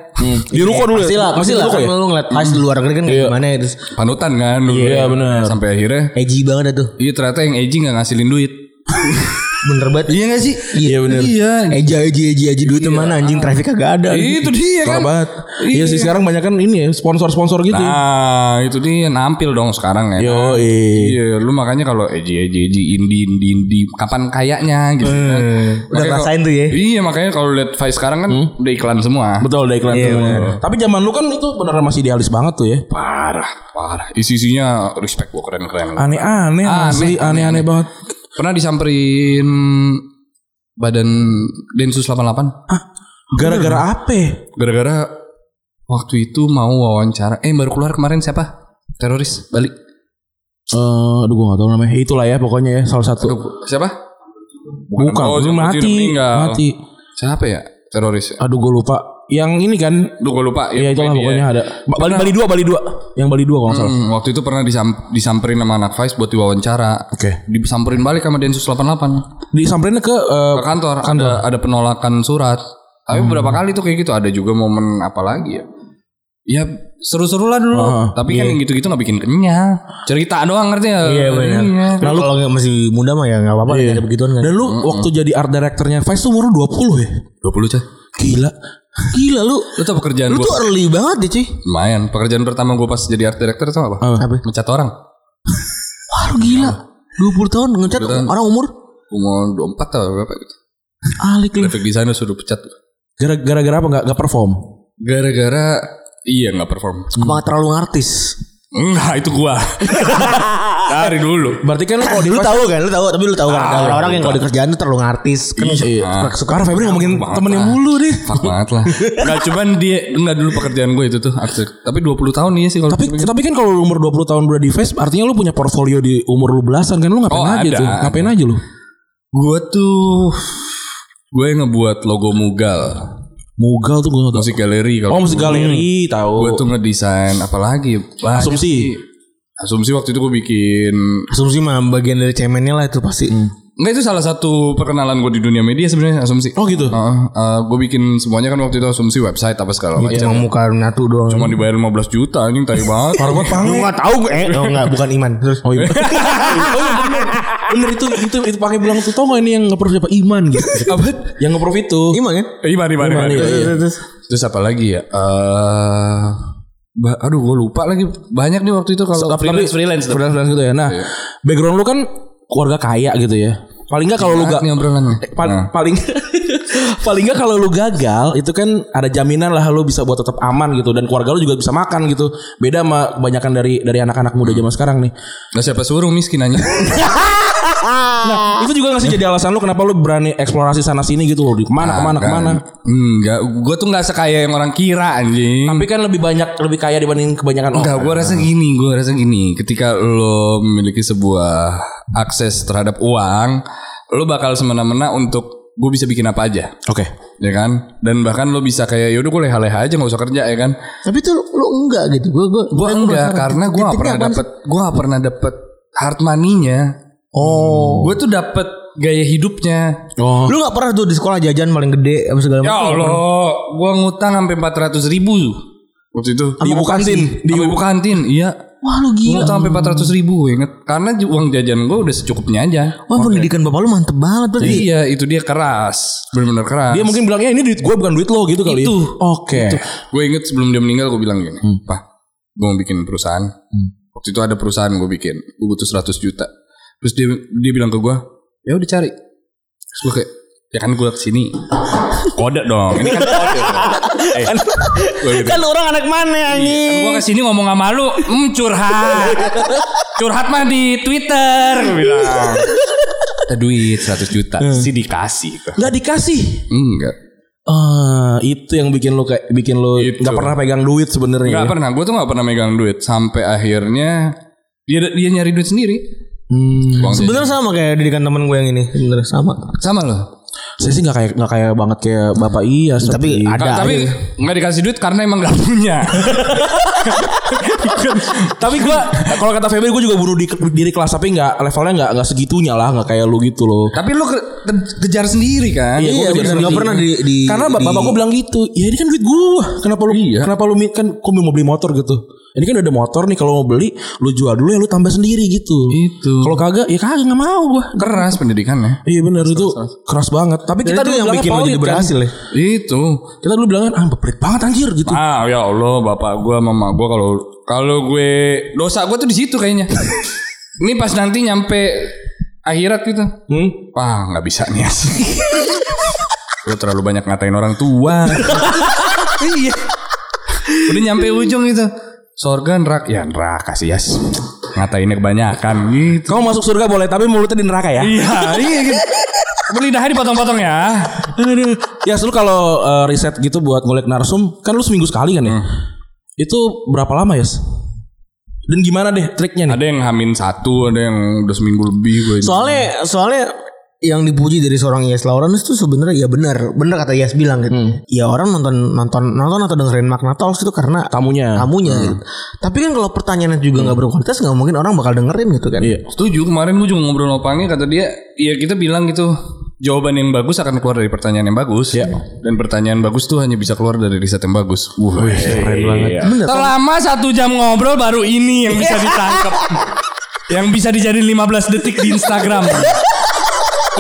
Di ruko dulu.
Pasti lah, pasti
Di
lah.
ruko
Kan
ya?
lu ngeliat pas di luar negeri kan kayak gimana ya terus
Panutan kan dulu.
Iya,
ya.
bener.
Sampai akhirnya
edgy banget dah tuh.
iya ternyata yang Eji nggak ngasilin duit.
Bener banget. Iya gak sih? Iya bener.
Iya.
Eja eji eji eji duit mana anjing traffic kagak ada.
Itu dia kan.
Parah banget. Iya sih sekarang banyak kan ini ya sponsor-sponsor gitu. ya.
Nah, itu dia nampil dong sekarang ya.
Yo, eh.
Iya, lu makanya kalau Eji Eji Eji Indi Indi Indi kapan kayaknya
Eh,
gitu. kan.
Udah
Makanya
ngerasain
kalau-
tuh ya.
Iya, makiknya kalau lihat Vice sekarang kan udah iklan semua.
Hmm? Betul udah iklan tuh. Iya, Tapi zaman lu kan itu beneran masih idealis banget tuh ya.
Parah, parah. Isi-isinya respect gua keren-keren.
Ah. Aneh-aneh masih aneh-aneh banget.
Pernah disamperin badan Densus 88
Ah, gara-gara apa?
gara-gara waktu itu mau wawancara. Eh baru keluar kemarin siapa? Teroris balik.
Eh, aduh gue gak tau namanya. Itulah ya pokoknya ya salah satu.
Aduh, siapa?
Bukan,
Oh,
itu
yang
mati,
kecil meninggal.
mati.
Siapa ya? Teroris.
Aduh gue lupa. Yang ini kan,
Duh gue lupa.
ya,
Iya,
itu lah
dia.
pokoknya ada. Ba- Bali Bali dua, Bali dua. Yang Bali dua kalau nggak salah.
Hmm, waktu itu pernah disam- disamperin sama anak Vice buat diwawancara.
Oke.
Disamperin balik sama Densus 88
Disamperin ke eh,
ke kantor. Ada ada penolakan surat. Tapi
Hmm.
beberapa kali tuh kayak gitu ada juga momen apa lagi ya? Ya seru-seru lah dulu.
Heeh,
Tapi kan yang gitu-gitu nggak bikin kenyang. Cerita doang ngerti ya?
Iya benar.
Iya.
Lalu kalau nggak masih muda mah ya nggak apa-apa
Nah, Iya.
ada begituan kan.
Dan lu waktu jadi art directornya Vice tuh umur lu 20 ya?
20 cah.
Gila.
Gila lu,
Lu tau pekerjaan
lu
gue
tuh early banget deh cuy.
Lumayan Pekerjaan pertama gue pas jadi art director tau apa?
Apa?
Mencat orang
Wah lu gila. 20 tahun ngecat
tahun.
orang umur
Umur 24 atau berapa gitu
alik lu.
Graphic designer suruh pecat
Gara- Gara-gara apa nggak nggak perform?
Gara-gara Iya gak perform
Apa terlalu artis?
Enggak itu gua Dari dulu
Berarti kan lu kalau di
Lu
Vice-
tahu kan, lu tahu tapi lu tahu kan ada orang-orang yang kalau di kerjaan tuh terlalu artis. Kan
Iya. Sekarang Febri ngomongin
Banget
temennya
lah.
mulu deh.
Fuck banget lah Enggak cuman dia Enggak dulu pekerjaan gue itu tuh arsitek. Tapi 20 tahun iya sih kalau
Tapi tapi kan kalau lu umur 20 tahun udah di Vice artinya lu punya portfolio di umur lu belasan kan lu ngapain
Oh,
aja
ada,
tuh?
ada.
Ngapain aja lu?
Gue tuh Gue yang ngebuat logo Mugal
Mugal tuh gue tau.
Musik galeri kalau
Oh musik galeri tahu.
Gue tuh ngedesain Apalagi Banyak
Asumsi.
sih. Asumsi waktu itu gue bikin
asumsi mah bagian dari cemennya lah itu pasti.
Hmm.
Enggak itu salah satu perkenalan gue di dunia media sebenarnya asumsi.
Oh gitu.
gue bikin semuanya kan waktu itu asumsi website apa segala macam.
Iya.
Cuma muka nyatu doang.
Cuma dibayar 15 juta anjing tai banget. Iya, Parah banget
Lu nggak tahu gue. Eh, oh enggak, bukan iman. Terus oh, iya.
Bener itu itu itu pakai bilang tuh tau gak ini yang nge-proof siapa Iman gitu.
Apa?
yang nge-proof itu.
iman kan?
Iman, Iman, Iman.
Iya, iya.
Terus
Terus apa lagi ya? Eh, ba- aduh gue lupa lagi banyak nih waktu itu kalau
Tapi- freelance gitu ya. Nah, background lu kan keluarga kaya gitu ya. Paling nggak kalau lu gak
nih obrolannya. Nah,
Pa- paling paling nggak kalau lu gagal itu kan ada jaminan lah lu bisa buat tetap aman gitu dan keluarga lu juga bisa makan gitu beda sama Hmm. kebanyakan dari dari anak-anak muda zaman sekarang nih
Nah siapa suruh miskin aja?
Itu juga gak sih jadi alasan lu kenapa lu berani eksplorasi sana sini gitu loh. Di Kemana kemana
Kan.
kemana.
Enggak, gue tuh nggak sekaya yang orang kira anjing.
Tapi kan lebih banyak lebih kaya dibanding kebanyakan
Enggak, gue rasa gini, gue rasa gini. Ketika lo memiliki sebuah akses terhadap uang, lo bakal semena-mena untuk gue bisa bikin apa aja,
Oke.
ya kan? Dan bahkan lo bisa kayak yaudah gue leha-leha aja nggak usah kerja, ya kan?
Tapi tuh lu enggak gitu. Gua gua
Gue enggak, karena gue gak pernah dapet, gue gak pernah dapet hard money-nya. Oh. Gue tuh dapet gaya hidupnya.
Oh.
Lu enggak pernah tuh di sekolah jajan paling gede apa segala
Ya
macam.
Allah, gue ngutang sampai 400 ribu waktu itu.
Di ibu kantin.
Di ibu kantin, iya.
Wah lu
Gue
gila.
utang sampai 400 ribu gue inget Karena ju- uang jajan gue udah secukupnya aja
Wah pendidikan bapak lu mantep banget berarti.
Iya itu dia keras Bener-bener keras
Dia mungkin bilangnya ini duit gue bukan duit lo gitu kali.
Itu.
Oke.
Gue inget sebelum dia meninggal gue bilang gini Pak gue mau bikin perusahaan Waktu itu ada perusahaan gue bikin Gue butuh 100 juta Terus dia, dia bilang ke gue Ya udah cari Terus gue kayak Ya kan gue kesini Kode dong Ini kan kode eh, gue gitu.
Kan orang anak mana anjing?
Gue kesini ngomong sama lu hmm, curhat Curhat mah di Twitter Gue bilang Ada duit 100 juta Sih dikasih
Enggak dikasih.
Enggak
Ah, itu yang bikin lu kayak bikin lu
Itu.
nggak pernah pegang duit
Enggak
sebenarnya. ya.
pernah Gue tuh gak pernah megang duit Sampai akhirnya Dia dia nyari duit sendiri Uang jajan.
Sebenarnya sama kayak didikan teman gue yang ini. Sebenarnya sama.
Sama loh
Saya sih nggak kayak nggak kayak banget kayak bapak iya.
Tapi ada
Ka- Tapi nggak iya. dikasih duit Karena emang gak punya
tapi gue kalau kata Febri gue juga bunuh di- diri kelas tapi nggak levelnya nggak nggak segitunya lah nggak kayak lu gitu loh.
Tapi lu ke- ke- kejar sendiri kan Gua
Iya, gua
kejar
bener,
sendiri.
Gak pernah di, di
Karena bap-
di-
bapak gue bilang gitu, ya ini kan duit gue, kenapa lu kenapa lu mi- kan kok mau beli motor gitu? Ini kan udah ada motor nih kalau mau beli lu jual dulu ya lu tambah sendiri gitu.
Itu.
Kalau kagak ya kagak nggak mau gue.
Keras pendidikannya
Iya benar itu keras banget. Tapi kita
itu
dulu
yang
bilangnya
bikin lo
pelit
jadi
kan.
berhasil ya.
Itu
Kita dulu bilangnya ah pelit banget anjir gitu.
Ah ya Allah bapak gue mama gue kalau kalau gue dosa gue tuh di situ kayaknya. Ini pas nanti nyampe akhirat gitu.
Hmm?
Wah nggak bisa nih asli. Lu terlalu banyak ngatain orang tua. iya. Udah nyampe ujung gitu. Sorga neraka ya neraka sih Yas. Ngatainnya kebanyakan gitu.
Kamu masuk surga boleh tapi mulutnya di neraka ya.
Iya iya gitu. Belidahnya dipotong-potong ya.
ya lu kalau eh, riset gitu buat ngulik narsum kan lu seminggu sekali kan ya. Itu berapa lama ya? Dan gimana deh triknya nih?
Ada yang hamin satu, ada yang udah seminggu lebih gue.
Soalnya soalnya yang dipuji dari seorang Yes Lawrence itu sebenarnya ya benar, benar kata Yes bilang gitu. Ya orang nonton nonton nonton atau dengerin Magna Talks itu karena
Tamunya.
tamunya gitu. Tapi kan kalau pertanyaannya juga nggak berkualitas nggak mungkin orang bakal dengerin gitu kan.
Iya.
Setuju kemarin gue juga ngobrol sama Pange kata dia ya kita bilang gitu jawaban yang bagus akan keluar dari pertanyaan yang bagus dan pertanyaan bagus tuh hanya bisa keluar dari riset yang bagus. Wah, iya, keren banget. kan? Terlama satu jam ngobrol baru ini yang bisa ditangkap, yang bisa dijadiin 15 detik di Instagram.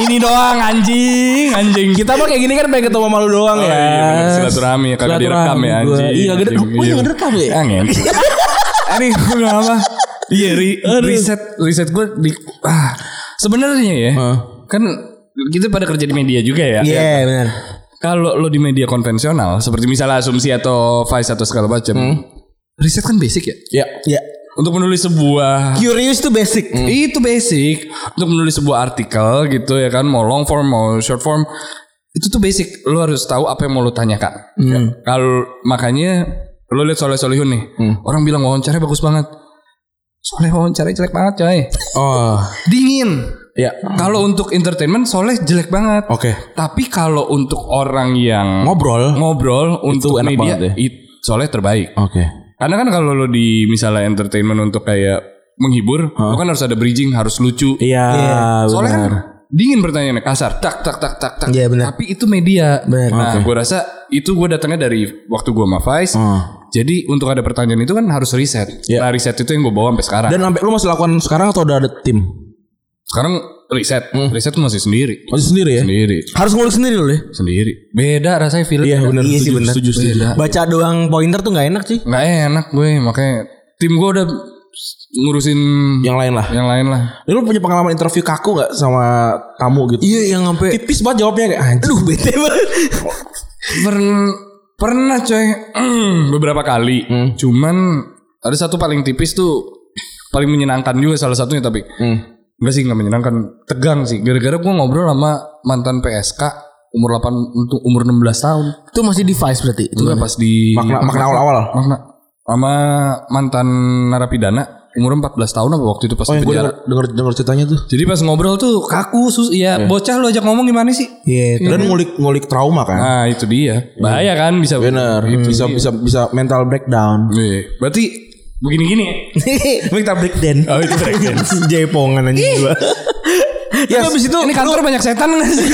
ini doang anjing, anjing.
Kita mah kayak gini kan pengen ketemu sama lu doang
Oh,
ya.
iya, bener. silaturahmi ya kagak direkam
Silaturahmi
ya
gua.
anjing.
Iya, kagak direkam. Oh, iya,
Iya.
direkam ya?
Angin. Ini gue nggak apa. Iya, ri- riset riset gue di ah, sebenarnya ya. Kan kita pada kerja di media juga ya.
Iya benar.
Kalau lo di media konvensional seperti misalnya asumsi atau vice atau segala macam.
Hmm.
Riset kan basic ya.
Ya.
Ya.
Untuk menulis sebuah
Curious itu basic.
itu basic untuk menulis sebuah artikel gitu ya kan mau long form mau short form itu tuh basic lo harus tahu apa yang mau lo tanyakan
Hmm.
Ya. kalau makanya lo lihat soleh solihun nih
Hmm.
orang bilang wawancaranya bagus banget soleh wawancaranya jelek banget coy
Oh.
dingin
Ya.
kalau untuk entertainment soleh jelek banget
Oke.
tapi kalau untuk orang yang
Ngobrol.
ngobrol untuk
enak
media
banget ya.
it- soleh terbaik
Oke.
karena kan kalau lo di misalnya entertainment untuk kayak menghibur, lo kan harus ada bridging, harus lucu.
Iya.
Ah,
Soalnya kan
benar.
dingin pertanyaannya kasar, tak tak tak tak tak.
Iya, benar.
Tapi itu media.
Benar.
Nah, gue rasa itu gue datangnya dari waktu gue sama Vice.
Ah.
Oh.
Jadi untuk ada pertanyaan itu kan harus riset.
Iya.
Nah riset itu yang gue bawa sampai
Iya.
sekarang.
Dan sampai lu masih lakukan sekarang atau udah ada tim?
sekarang riset,
Hmm.
riset tuh masih sendiri,
Oh,
Masih sendiri ya?
iya.
sendiri,
Harus ngulik sendiri loh ya.
sendiri. Beda rasanya film.
Iya, benar.
Iya sih
Setuju,
benar.
setuju, setuju.
Beda.
Baca doang pointer tuh nggak ya? enak sih.
Nggak enak gue, makanya tim gue udah ngurusin
Ya.
Yang lain lah.
yang lain lah.
Lu punya pengalaman interview kaku gak sama tamu gitu?
Iya yang sampai
Tipis banget jawabnya kayak anjir.
aduh bete banget.
Pern- pernah coy beberapa kali.
Hmm.
Cuman ada satu paling tipis tuh paling menyenangkan juga salah satunya tapi Enggak sih nggak menyenangkan Tegang sih Gara-gara gue ngobrol sama Mantan PSK Umur 8 Untuk umur 16 tahun
Itu masih device berarti. Itu
Enggak pas di
Makna makna awal-awal.
Makna Sama mantan narapidana Umur 14 tahun apa waktu itu pas
Oh,
di
yang gue
penjara
denger, denger, denger ceritanya tuh.
Jadi pas ngobrol tuh kaku sus Iya bocah lu ajak ngomong gimana sih
Iya,
kan?
dan ngulik ngulik trauma kan.
Nah itu dia Bahaya kan bisa
Bener, bisa bisa bisa mental breakdown.
Iya. Berarti Begini-gini ya
Kita break dance.
Iya.
Oh itu break
Iya,
dance.
kan,
Jepongan anjing gua.
Yes.
Abis itu Ini kantor banyak setan gak sih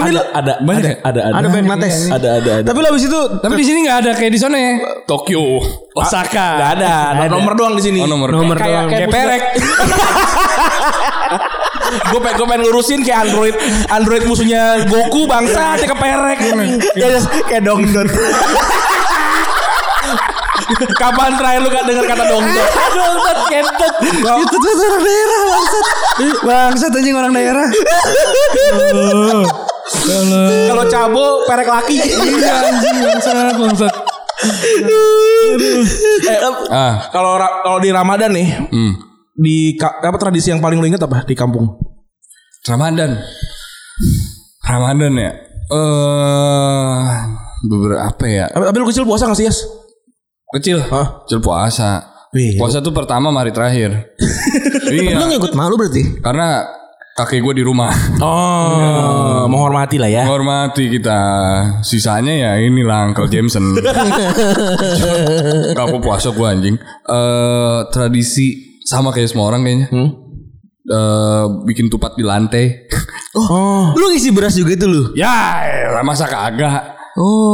ada ada
Banyak
ada
ya?
ada ada
Ada band Mates.
ada ada ada.
Tapi lo abis itu
Tapi di sini nggak ada kayak di sana ya. Tokyo,
Ah, Nggak
Osaka.
ada, ada. nomor doang di sini.
Oh, nomor.
Nomor
kayak,
doang.
kayak
Kayak
perek.
gue pengen gue pengen lurusin kayak Android Android musuhnya Goku bangsa dia keperek.
ya just kayak dongdon.
Kapan terakhir lu gak dengar kata dongdon? dongdon kentut.
Itu tuh orang daerah bangsat. Bangsat anjing orang daerah.
Kalau cabo perek laki.
Iya anjing bangsat bangsat.
Eh,
Ah,
kalau ra- kalau di Ramadan nih
hmm.
di ka- apa tradisi yang paling lu inget apa di kampung?
Ramadan. Ramadan ya. Eh beberapa ya?
Ab- Abis lu kecil puasa gak sih Yas?
Kecil.
Hah?
Kecil puasa.
Wih.
Puasa tuh pertama sama hari terakhir.
Lu
iya.
ngikut malu berarti.
Karena kakek gue di rumah.
Oh, menghormati lah ya.
Hormati kita. Sisanya ya inilah Uncle Jameson. Gak aku puasa gue anjing. Eh tradisi sama kayak semua orang kayaknya.
Hmm?
Eh, bikin tupat di lantai.
Oh, Lu ngisi beras juga itu lu.
ya, elah, masa kagak.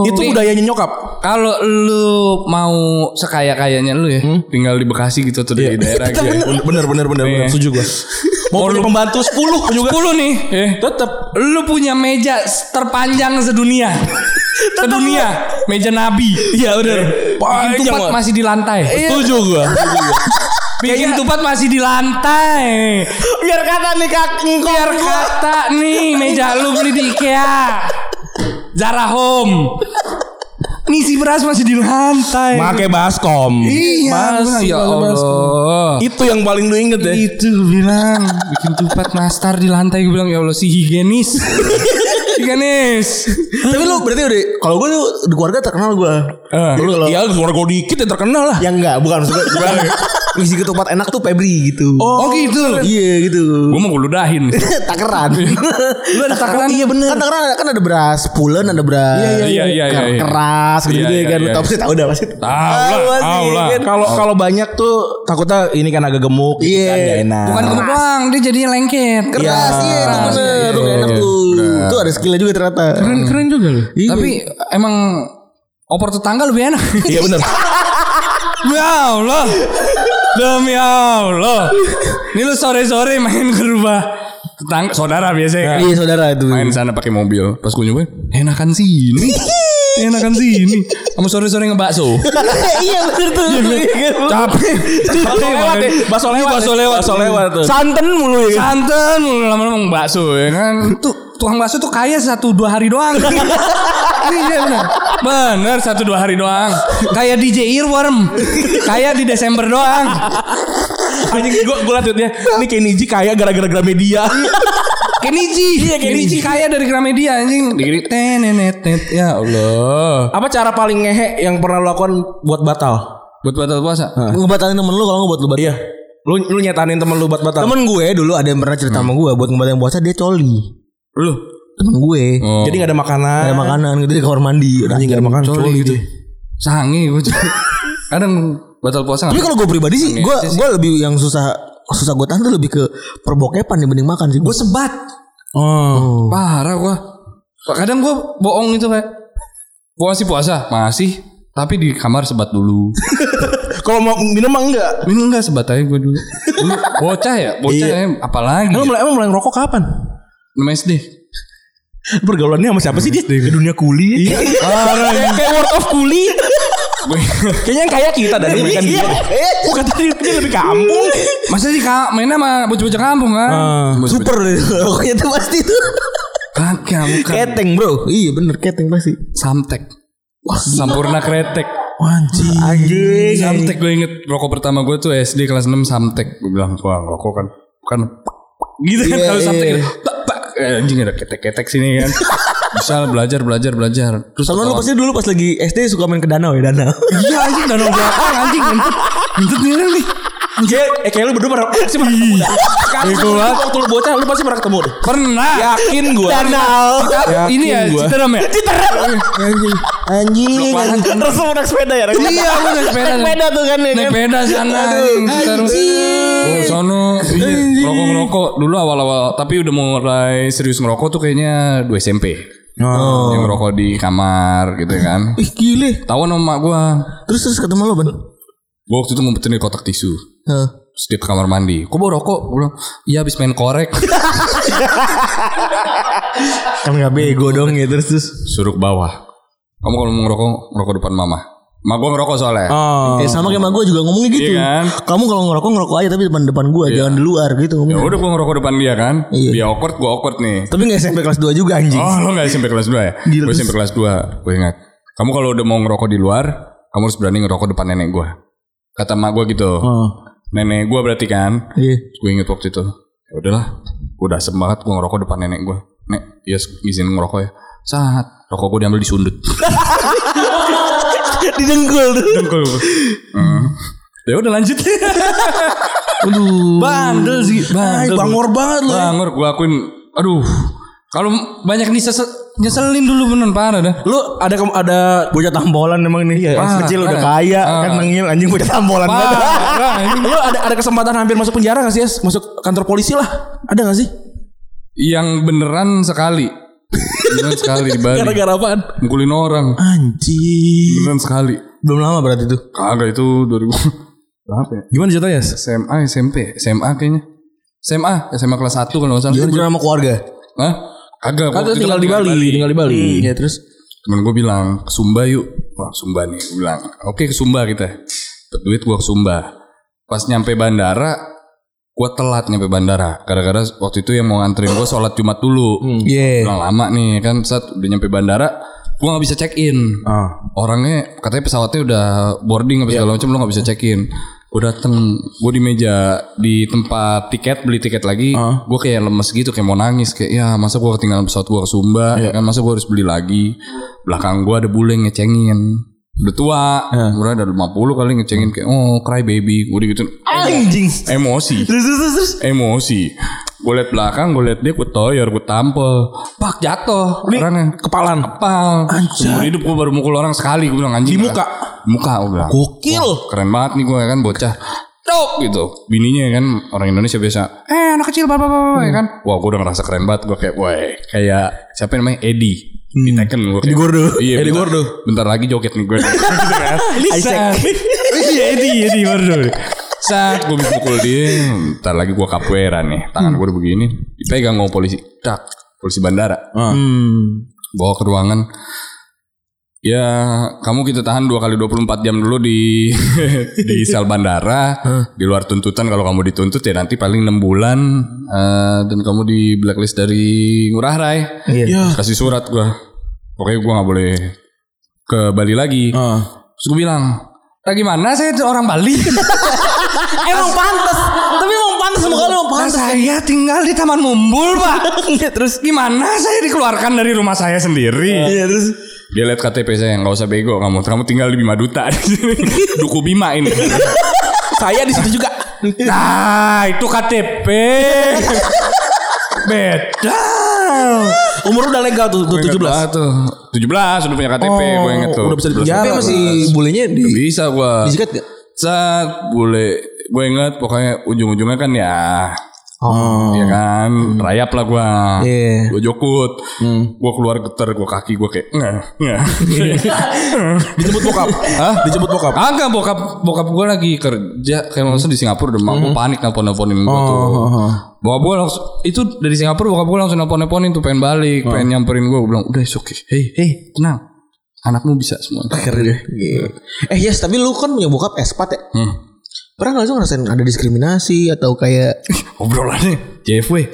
Itu budayanya nyokap.
Kalau lu mau sekaya kayanya lu ya,
Hmm?
tinggal di Bekasi gitu atau
Iya.
di daerah gitu. ya.
Bener bener bener bener.
Iya.
Setuju gue. Mau punya pembantu 10 juga.
10 nih, eh.
Tetep
lu punya meja terpanjang sedunia. sedunia, meja nabi.
Iya bener.
Bikin
Panjang
tupat
banget.
masih di lantai.
Setuju gue.
Bikin tupat masih di lantai.
Biar kata nih kak engkong.
Biar kata nih meja lu beli di IKEA. Zara Home. Ngisi beras masih di lantai.
Pakai baskom.
Masih ya Allah.
Itu yang paling lu inget ya.
Itu gue bilang bikin tupat nastar di lantai gue bilang ya Allah si higienis. higienis.
Tapi lu berarti udah kalau gue tuh di keluarga terkenal gue. Lu kalau
Iya suara gue dikit yang terkenal lah.
yang enggak bukan maksud gue gua ngisi ketupat enak tuh Febri gitu.
Oh, gitu.
Iya gitu.
Gue mau gue ludahin.
Takeran. Lu
ada takeran?
Iya bener. Kan takeran ada- kan ada beras pulen, ada beras.
iya, iya, iya, iya.
Keras gitu,
Iya, iya,
kan. Lu
iya.
tau sih tahu dah pasti.
Tahu lah,
pasti,
tahu lah.
kan.
Kalau kalau banyak tuh takutnya ini kan agak gemuk, gitu
Iya.
kan gak enak.
Bukan kamu doang, dia jadinya lengket.
Keras iya itu bener. Tuh nggak enak tuh. Itu ada skillnya juga ternyata.
Keren juga loh. Tapi emang opor tetangga lebih enak.
Iya bener.
Ya Allah. Demi Allah. Ini lu sore-sore main ke rumah tetangga saudara biasanya. kan.
Iya saudara itu.
Main sana pakai mobil. Pas gue nyobain, enakan sini. enakan sini. Kamu sore-sore ngebakso.
Iya bener tuh.
gitu. Capek. Capek
lewat
banget.
ya, bakso lewat.
Bakso lewat.
Bakso lewat tuh.
Santen mulu ya.
Santen mulu lama-lama ngomong bakso ya kan. Tuh tukang bakso tuh kaya satu dua hari doang. iya benar. Benar satu dua hari doang. Kayak DJ Earworm. Kayak di Desember doang.
Anjing gue gue liat tweetnya, ini Kenji kaya gara-gara Gramedia.
Kenichi. Iya Kenichi kaya dari Gramedia anjing. Dikit tenenetet ya Allah.
Apa cara paling ngehe yang pernah lu lakukan buat batal?
Buat batal puasa.
Ngebatalin temen lu kalau nggak buat lu batal.
Iya. Lu lu nyetanin temen lu buat batal.
Temen gue dulu ada yang pernah cerita sama gue buat ngebatalin puasa dia coli.
Lu.
Temen gue.
Oh.
Jadi gak ada makanan.
Ada makanan gitu di kamar mandi.
Anjing gak ada makanan.
Coli
Coli
gitu.
gitu.
sange gue. Kadang batal puasa
Tapi
enggak?
kalau gue pribadi sih,
Iya,
gue gue lebih yang susah susah gue tahan tuh lebih ke perbokepan dibanding makan sih. Gue sebat.
Oh.
Parah gua. Kadang gua bohong itu kayak puasa puasa masih tapi di kamar sebat dulu.
Kalau mau minum mah enggak.
Minum enggak sebat aja gua dulu. Dulu bocah ya, bocah ya, apalagi
Lu
ya?
mulai emang mulai ngerokok kapan?
Enam SD.
Pergaulannya sama siapa sih Iya. dia? Di dunia kuli. Kayak kayak word of kuli. Kayaknya yang kaya kita dan bukan
Iya.
dia. Bukan tadi dia lebih kampung.
Masa sih kak mainnya sama bocah-bocah kampung kan? Bocah-bocah
Super deh. Pokoknya tuh pasti tuh.
Kagak bukan.
Keteng bro. Iya bener keteng pasti.
kan Samtek. Sampurna kretek.
Anjing.
Anjing.
Samtek gue inget rokok pertama gue tuh SD kelas 6 Samtek. Gue bilang gua rokok kan. kan gitu kan
Iya,
kalau
iya,
sampai
iya.
gitu, tak, tak. Eh, anjing ada ketek-ketek sini kan bisa belajar belajar belajar terus
Sama lu
ketawa.
pasti dulu pas lagi SD suka main ke danau ya danau.
iya anjing danau belakang anjing ngentut ngentut nih lu nih
Kayak, eh, kayak lu berdua pernah pasti pernah ketemu. dah. Sekarang
Bego
lu
banget.
waktu lu bocah lu pasti pernah ketemu deh.
pernah
Yakin gua.
Danau.
Kita- ini ya
Yakin gua.
Citerem ya
Anjing. Anjing. anjing.
Rasul mau naik sepeda ya?
iya lu naik sepeda
Naik sepeda tuh kan ya
naik
kan?
sepeda sana anjing Citerem Oh, sono rokok ngerokok dulu awal-awal tapi udah mulai serius ngerokok tuh kayaknya 2 SMP
Oh.
yang ngerokok di kamar gitu ya kan
Ih gile.
Tahu sama emak gua
Terus terus ketemu lo, Ban.
Gua waktu itu ngumpetin di kotak tisu
Heeh.
Terus dia ke kamar mandi Kok bawa rokok? Gua bilang Iya habis main korek
Kan enggak bego dong ya terus terus.
Suruh ke bawah Kamu kalau mau ngerokok Ngerokok depan mama Emak gua ngerokok soalnya
Ya sama kayak sama gue juga ngomongnya gitu.
Iya kan?
Kamu kalau ngerokok ngerokok aja tapi depan depan gue, jangan di luar gitu.
Ya
ngomongnya.
udah gua ngerokok depan dia kan
Iya.
Dia awkward gua awkward nih
Tapi nggak SMP kelas 2 juga anjing.
Oh lo gak SMP kelas 2 ya? Gue
Gila, terus-
SMP kelas 2 Gue ingat Kamu kalau udah mau ngerokok di luar Kamu harus berani ngerokok depan nenek gue Kata emak gue gitu
Oh.
Nenek gue berarti kan
Iya.
Gue inget waktu itu ya udahlah Gue udah asem banget Gue ngerokok depan nenek gue Nek iya izin ngerokok ya Saat Rokok gue diambil disundut
Didengkul tuh.
Dengkul Hmm. Ya udah lanjut Bandel sih Bandel
Bangor banget lo.
Bangor gue akuin Aduh Kalau banyak nih sese- nyeselin dulu beneran parah dah
Lu ada kem- ada
Bocah tambolan emang nih. Pas
parah,
kecil udah
parah.
kaya
Ah.
kan mengil anjing bocah tambolan banget.
Parah ini.
lu ada ada kesempatan hampir masuk penjara gak sih? Es? Masuk kantor polisi lah. Ada gak sih?
Yang beneran sekali. Beneran sekali di Bali.
Gara-gara apaan?
Mukulin orang.
Ah. Anjing.
Beneran sekali.
Belum lama berarti tuh.
Kagak itu 2000. Berapa ya?
Gimana ceritanya? Es?
SMA, SMP, SMA kayaknya. SMA, SMA kelas 1 kalau nggak salah.
Jadi beneran sama keluarga.
Hah? Kagak. waktu
Iya. Kagak
itu
tinggal
kan
di Bali, tinggal di Bali.
Iya terus.
Temen gue bilang, ke Sumba yuk. Wah, Sumba nih. Gue bilang, oke ke Sumba kita. Dapet duit gue ke Sumba. Pas nyampe bandara, gue telat nyampe bandara. Gara-gara waktu itu yang mau nganterin gue sholat Jumat dulu.
Hmm.
Iya.
Udah lama nih kan saat udah nyampe bandara gua nggak bisa check in
Ah.
orangnya katanya pesawatnya udah boarding apa segala macam lo nggak bisa check in gue dateng gue di meja di tempat tiket beli tiket lagi gue kayak lemes gitu kayak mau nangis kayak ya masa gue ketinggalan pesawat gue ke Sumba ya kan masa gue harus beli lagi belakang gue ada bule ngecengin udah tua umurnya ada 50 kali ngecengin kayak oh cry baby gue gitu
Anjing.
emosi
Terus terus terus, terus.
emosi gue liat belakang gue liat dia gue toyor gue tampol pak jatuh orangnya
Kepalan.
kepal seumur hidup gue baru mukul orang sekali gue bilang anjing
Di muka?
Di muka gue bilang
Gokil.
Wah, keren banget nih gue kan bocah Top gitu Bininya kan orang Indonesia biasa Eh anak kecil bapak bapak ya kan Wah gue udah ngerasa keren banget Gue kayak wah Kayak siapa namanya Edi Di Tekken gue kayak, Hmm. Edi Gordo iya, Edi Gordo Bentar lagi joget nih gue Gitu kan. Saat- Iya Edi Edi Gordo Saat gue mukul dia Bentar lagi gue capoeira nih Tangan gue udah begini Dipegang sama polisi Tak Polisi bandara
Hmm,
Bawa ke ruangan Ya, kamu kita tahan 2 kali 24 jam dulu di di sel bandara. di luar tuntutan kalau kamu dituntut ya nanti paling 6 bulan eh, dan kamu di blacklist dari Ngurah Rai.
Iya.
Kasih surat gua. Pokoknya gua nggak boleh ke Bali lagi.
Ah.
Terus gua bilang, "Lah gimana saya tuh orang Bali?"
Emang pantas. Tapi emang pantas muka lu
Lah, saya tinggal di Taman Mumbul, Pak. ya. terus gimana saya dikeluarkan dari rumah saya sendiri?
Iya terus.
Dia lihat KTP saya nggak usah bego kamu. Kamu tinggal di Bima Duta di sini. Duku Bima ini.
Saya di situ juga.
Nah itu KTP. Beda.
Umur lu udah legal tuh, tuh 17.
tuh. 17 udah punya KTP gue inget tuh.
Oh, udah bisa di
17.
penjara.
Tapi masih bulenya di
Bisa gue.
disikat gak?
Saat boleh. Gue inget pokoknya ujung-ujungnya kan ya.
Ah.
Oh.
Ya kan Rayap lah gue
Iya.
Gue jokut Gue keluar getar Gue kaki gue kayak Ngeh Ngeh
Dijemput bokap.
Hah?
Dijemput bokap.
Agak bokap bokap gue lagi kerja kayak maksudnya di Singapura udah gue panik nelfon nelfonin gue tuh. Bokap gue langsung itu dari Singapura bokap gue langsung nelfon nelfonin tuh pengen balik pengen nyamperin gue gue bilang udah it's okay hey hey tenang anakmu bisa semua.
Keren ya. Eh yes, tapi lu kan punya bokap espat ya.
Hmm.
Pernah nggak sih ngerasain ada diskriminasi atau kayak
Obrolannya JFW.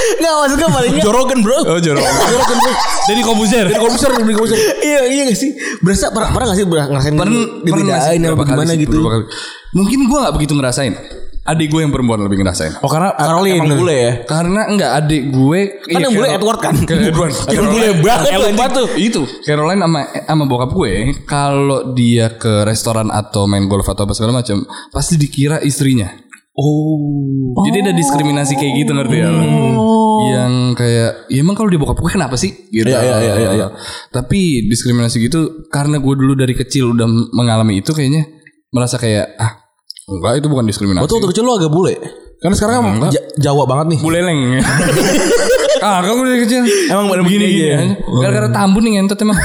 Enggak maksud gue palingnya.
Jorogen bro.
oh jorok. Jadi komposer.
Dari komputer, dari komputer.
iya iya gak sih? Berasa pernah, pernah gak sih ber- ngerasain
Pernah
dibedain
pernah sih
apa
berapa kali
gimana
sih,
gitu?
berapa kali. Mungkin gue nggak begitu ngerasain. Adik gue yang perempuan lebih ngerasain.
Oh karena Caroline. emang bule ya.
Karena enggak adik gue
Kan yang bule Edward kan?
Iya, Edward.
Yang bule banget Edward tuh.
Itu Caroline sama sama bokap gue kalau dia ke restoran atau main golf atau apa segala macam pasti dikira istrinya. Oh. Jadi ada diskriminasi kayak gitu ngerti ya? lo? Yang kayak ya emang kalau dia bokap gue kenapa sih? Gitu.
Oh. Iya, iya, iya, iya, iya.
Tapi diskriminasi gitu karena gue dulu dari kecil udah mengalami itu kayaknya merasa kayak ah enggak itu bukan diskriminasi.
Oh tuh waktu kecil lo agak bule. Karena sekarang emang Ja- Jawa banget nih.
Buleleng Ah, kamu dari kecil
Emang bener
begini
begini
gini
aja. ya?
aja. Gara-gara tambun nih ngentot emang.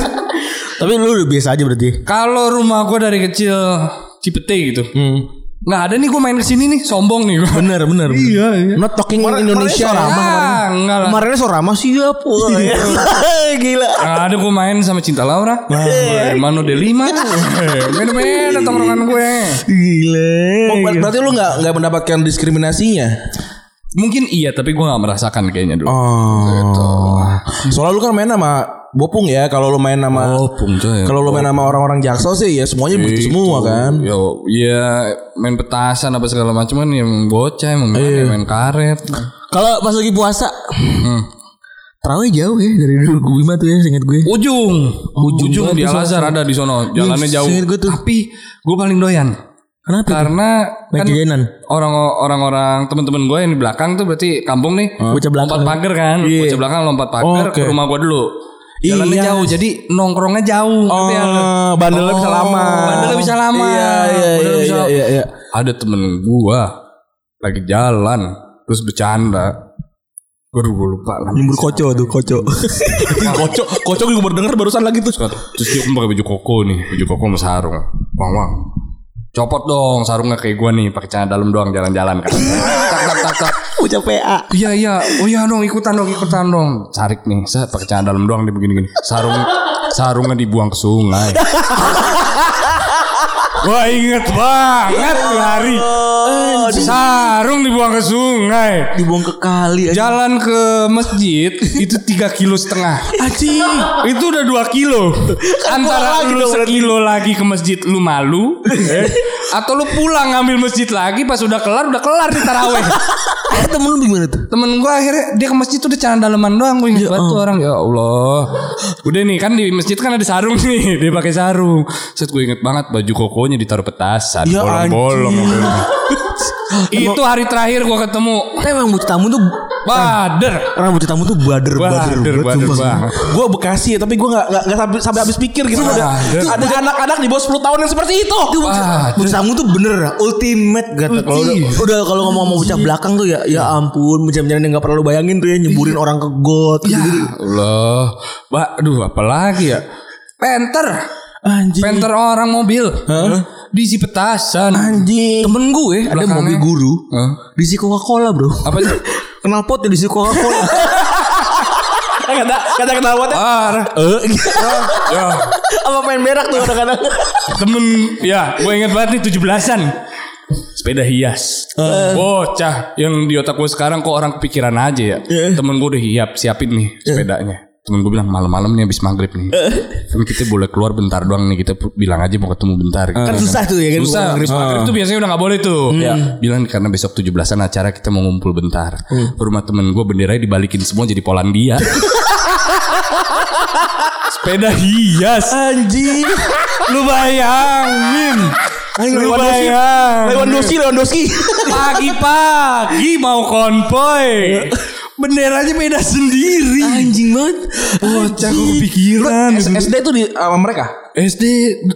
Tapi lu udah biasa aja berarti.
Kalau rumah gua dari kecil Cipete gitu.
Hmm.
Nggak ada nih gua main kesini nih sombong nih gua.
Bener bener. Iya iya.
Not talking in Indonesia.
Malaysia lah.
Ah, enggak lah.
Kemarinnya Sorama ya siap. wah. Iya. Gila.
Nggak ada gua main sama Cinta Laura. Eh, Mano de Lima. Beda-beda tongkrongan gue.
Oh, ber- berarti lu nggak nggak mendapatkan diskriminasinya.
Mungkin iya tapi gua nggak merasakan kayaknya dulu.
Oh. Soalnya lu kan main sama Bopung ya. Kalau lu main sama
Bopung, coy.
Kalau lu main sama orang-orang Jaksel sih ya semuanya begitu semua kan.
Yo, iya main petasan apa segala macam kan yang bocah emang
Iya.
main, main karet.
Kalau pas lagi puasa. Terawih jauh ya dari dulu Bima tuh ya seinget gue.
Ujung, ujung, di Al Azhar ada di sono. Jalannya
Wih,
jauh.
seingat gue tuh.
Tapi gue paling doyan.
Kenapa?
Karena
Main
kan
jajanan.
orang orang-orang teman-teman gue yang di belakang tuh berarti kampung nih
Bocah belakang.
lompat pagar kan, bocah belakang lompat pagar
ya? Iya. Oke.
ke rumah gue dulu. Jalannya
Iya.
jauh, jadi nongkrongnya jauh. ngerti ya lu?
Oh, bandelnya bisa lama.
Bandelnya bisa lama.
Iya, iya,
Bandelnya
iya,
bisa
iya,
lama.
iya, iya.
Ada temen gue lagi jalan, terus bercanda. Gue lupa lah.
Nyembur koco tuh koco.
Kocok, kocok gue baru denger barusan lagi tuh.
Terus dia kan pakai baju koko nih, baju koko sama sarung. Wang wang. Copot dong sarungnya kayak gua nih, pakai celana dalam doang jalan-jalan kan. tak tak tak tak.
Ucap PA.
Iya iya, oh iya dong ikutan dong ikutan dong. Tarik nih, saya pakai celana dalam doang dia begini gini. Sarung sarungnya dibuang ke sungai. Wah inget banget lari.
Oh.
Sarung dibuang ke sungai.
Dibuang ke kali. aja.
Jalan ke masjid itu tiga kilo setengah.
Anjing.
Itu udah 2 kilo. Antara lu sekilo lagi ke masjid lu malu eh, atau lu pulang ngambil masjid lagi pas udah kelar udah kelar di taraweh.
Eh temen lu gimana tuh?
Temen gua akhirnya dia ke masjid tuh udah celana daleman doang gue inget banget tuh orang ya Allah. Udah nih kan di masjid kan ada sarung nih, dia pakai sarung. Set gue inget banget baju kokonya ditaruh petasan,
Ya
bolong-bolong. Itu hari terakhir gua ketemu
Tapi emang bocah tamu tuh
Bader.
Orang bocah tamu tuh bader
Bader, bader,
banget, sumpah.
banget.
Gue Bekasi ya, tapi gue gak, nggak nggak sampai, sampai habis pikir gitu.
Wah,
Ada,
ada.
ada anak-anak di bawah 10 tahun yang seperti itu.
Iya. Itu bocah-
Bader.
bocah tamu tuh bener ultimate Iya. kata kalau udah, udah kalau ngomong sama bocah belakang tuh ya ya ampun bocah-bocah yang gak pernah lu bayangin tuh ya nyeburin orang ke got
Ya
gitu.
Allah. Ba- Aduh apalagi ya. Penter.
Anjing.
Penter orang mobil. Diisi petasan.
Anjing. Temen gue ada
Belakangnya.
mobil guru.
Hah?
Di si Coca-Cola, Bro.
Apa sih?
Kenal pot ya di si Coca-Cola.
Kata kata kenal buat
Parah. Ya,
Apa main berak tuh kadang-kadang.
temen ya, gue inget banget nih 17-an. Sepeda hias. Bocah yang di otak gue sekarang kok orang kepikiran aja ya. Temen gue udah hiap, siapin nih sepedanya. Temen gue bilang malam-malam nih habis maghrib nih. Kan kita boleh keluar bentar doang nih kita bilang aja mau ketemu bentar. gitu
Kan susah tuh ya kan.
Susah
Bukan-
maghrib, maghrib tuh biasanya udah gak boleh tuh Hmm. Bilang karena besok 17an acara kita mau ngumpul bentar Ke Rumah temen gue benderanya dibalikin semua jadi Polandia Sepeda hias
Anjing.
Lu bayangin
Aing
Lu
lewat dosi.
bayangin
Lewandowski, Lewandowski.
Pagi-pagi mau konvoy Benderanya beda sendiri
Anjing banget.
Bocah gue kepikiran
SD tuh di sama mereka.
SD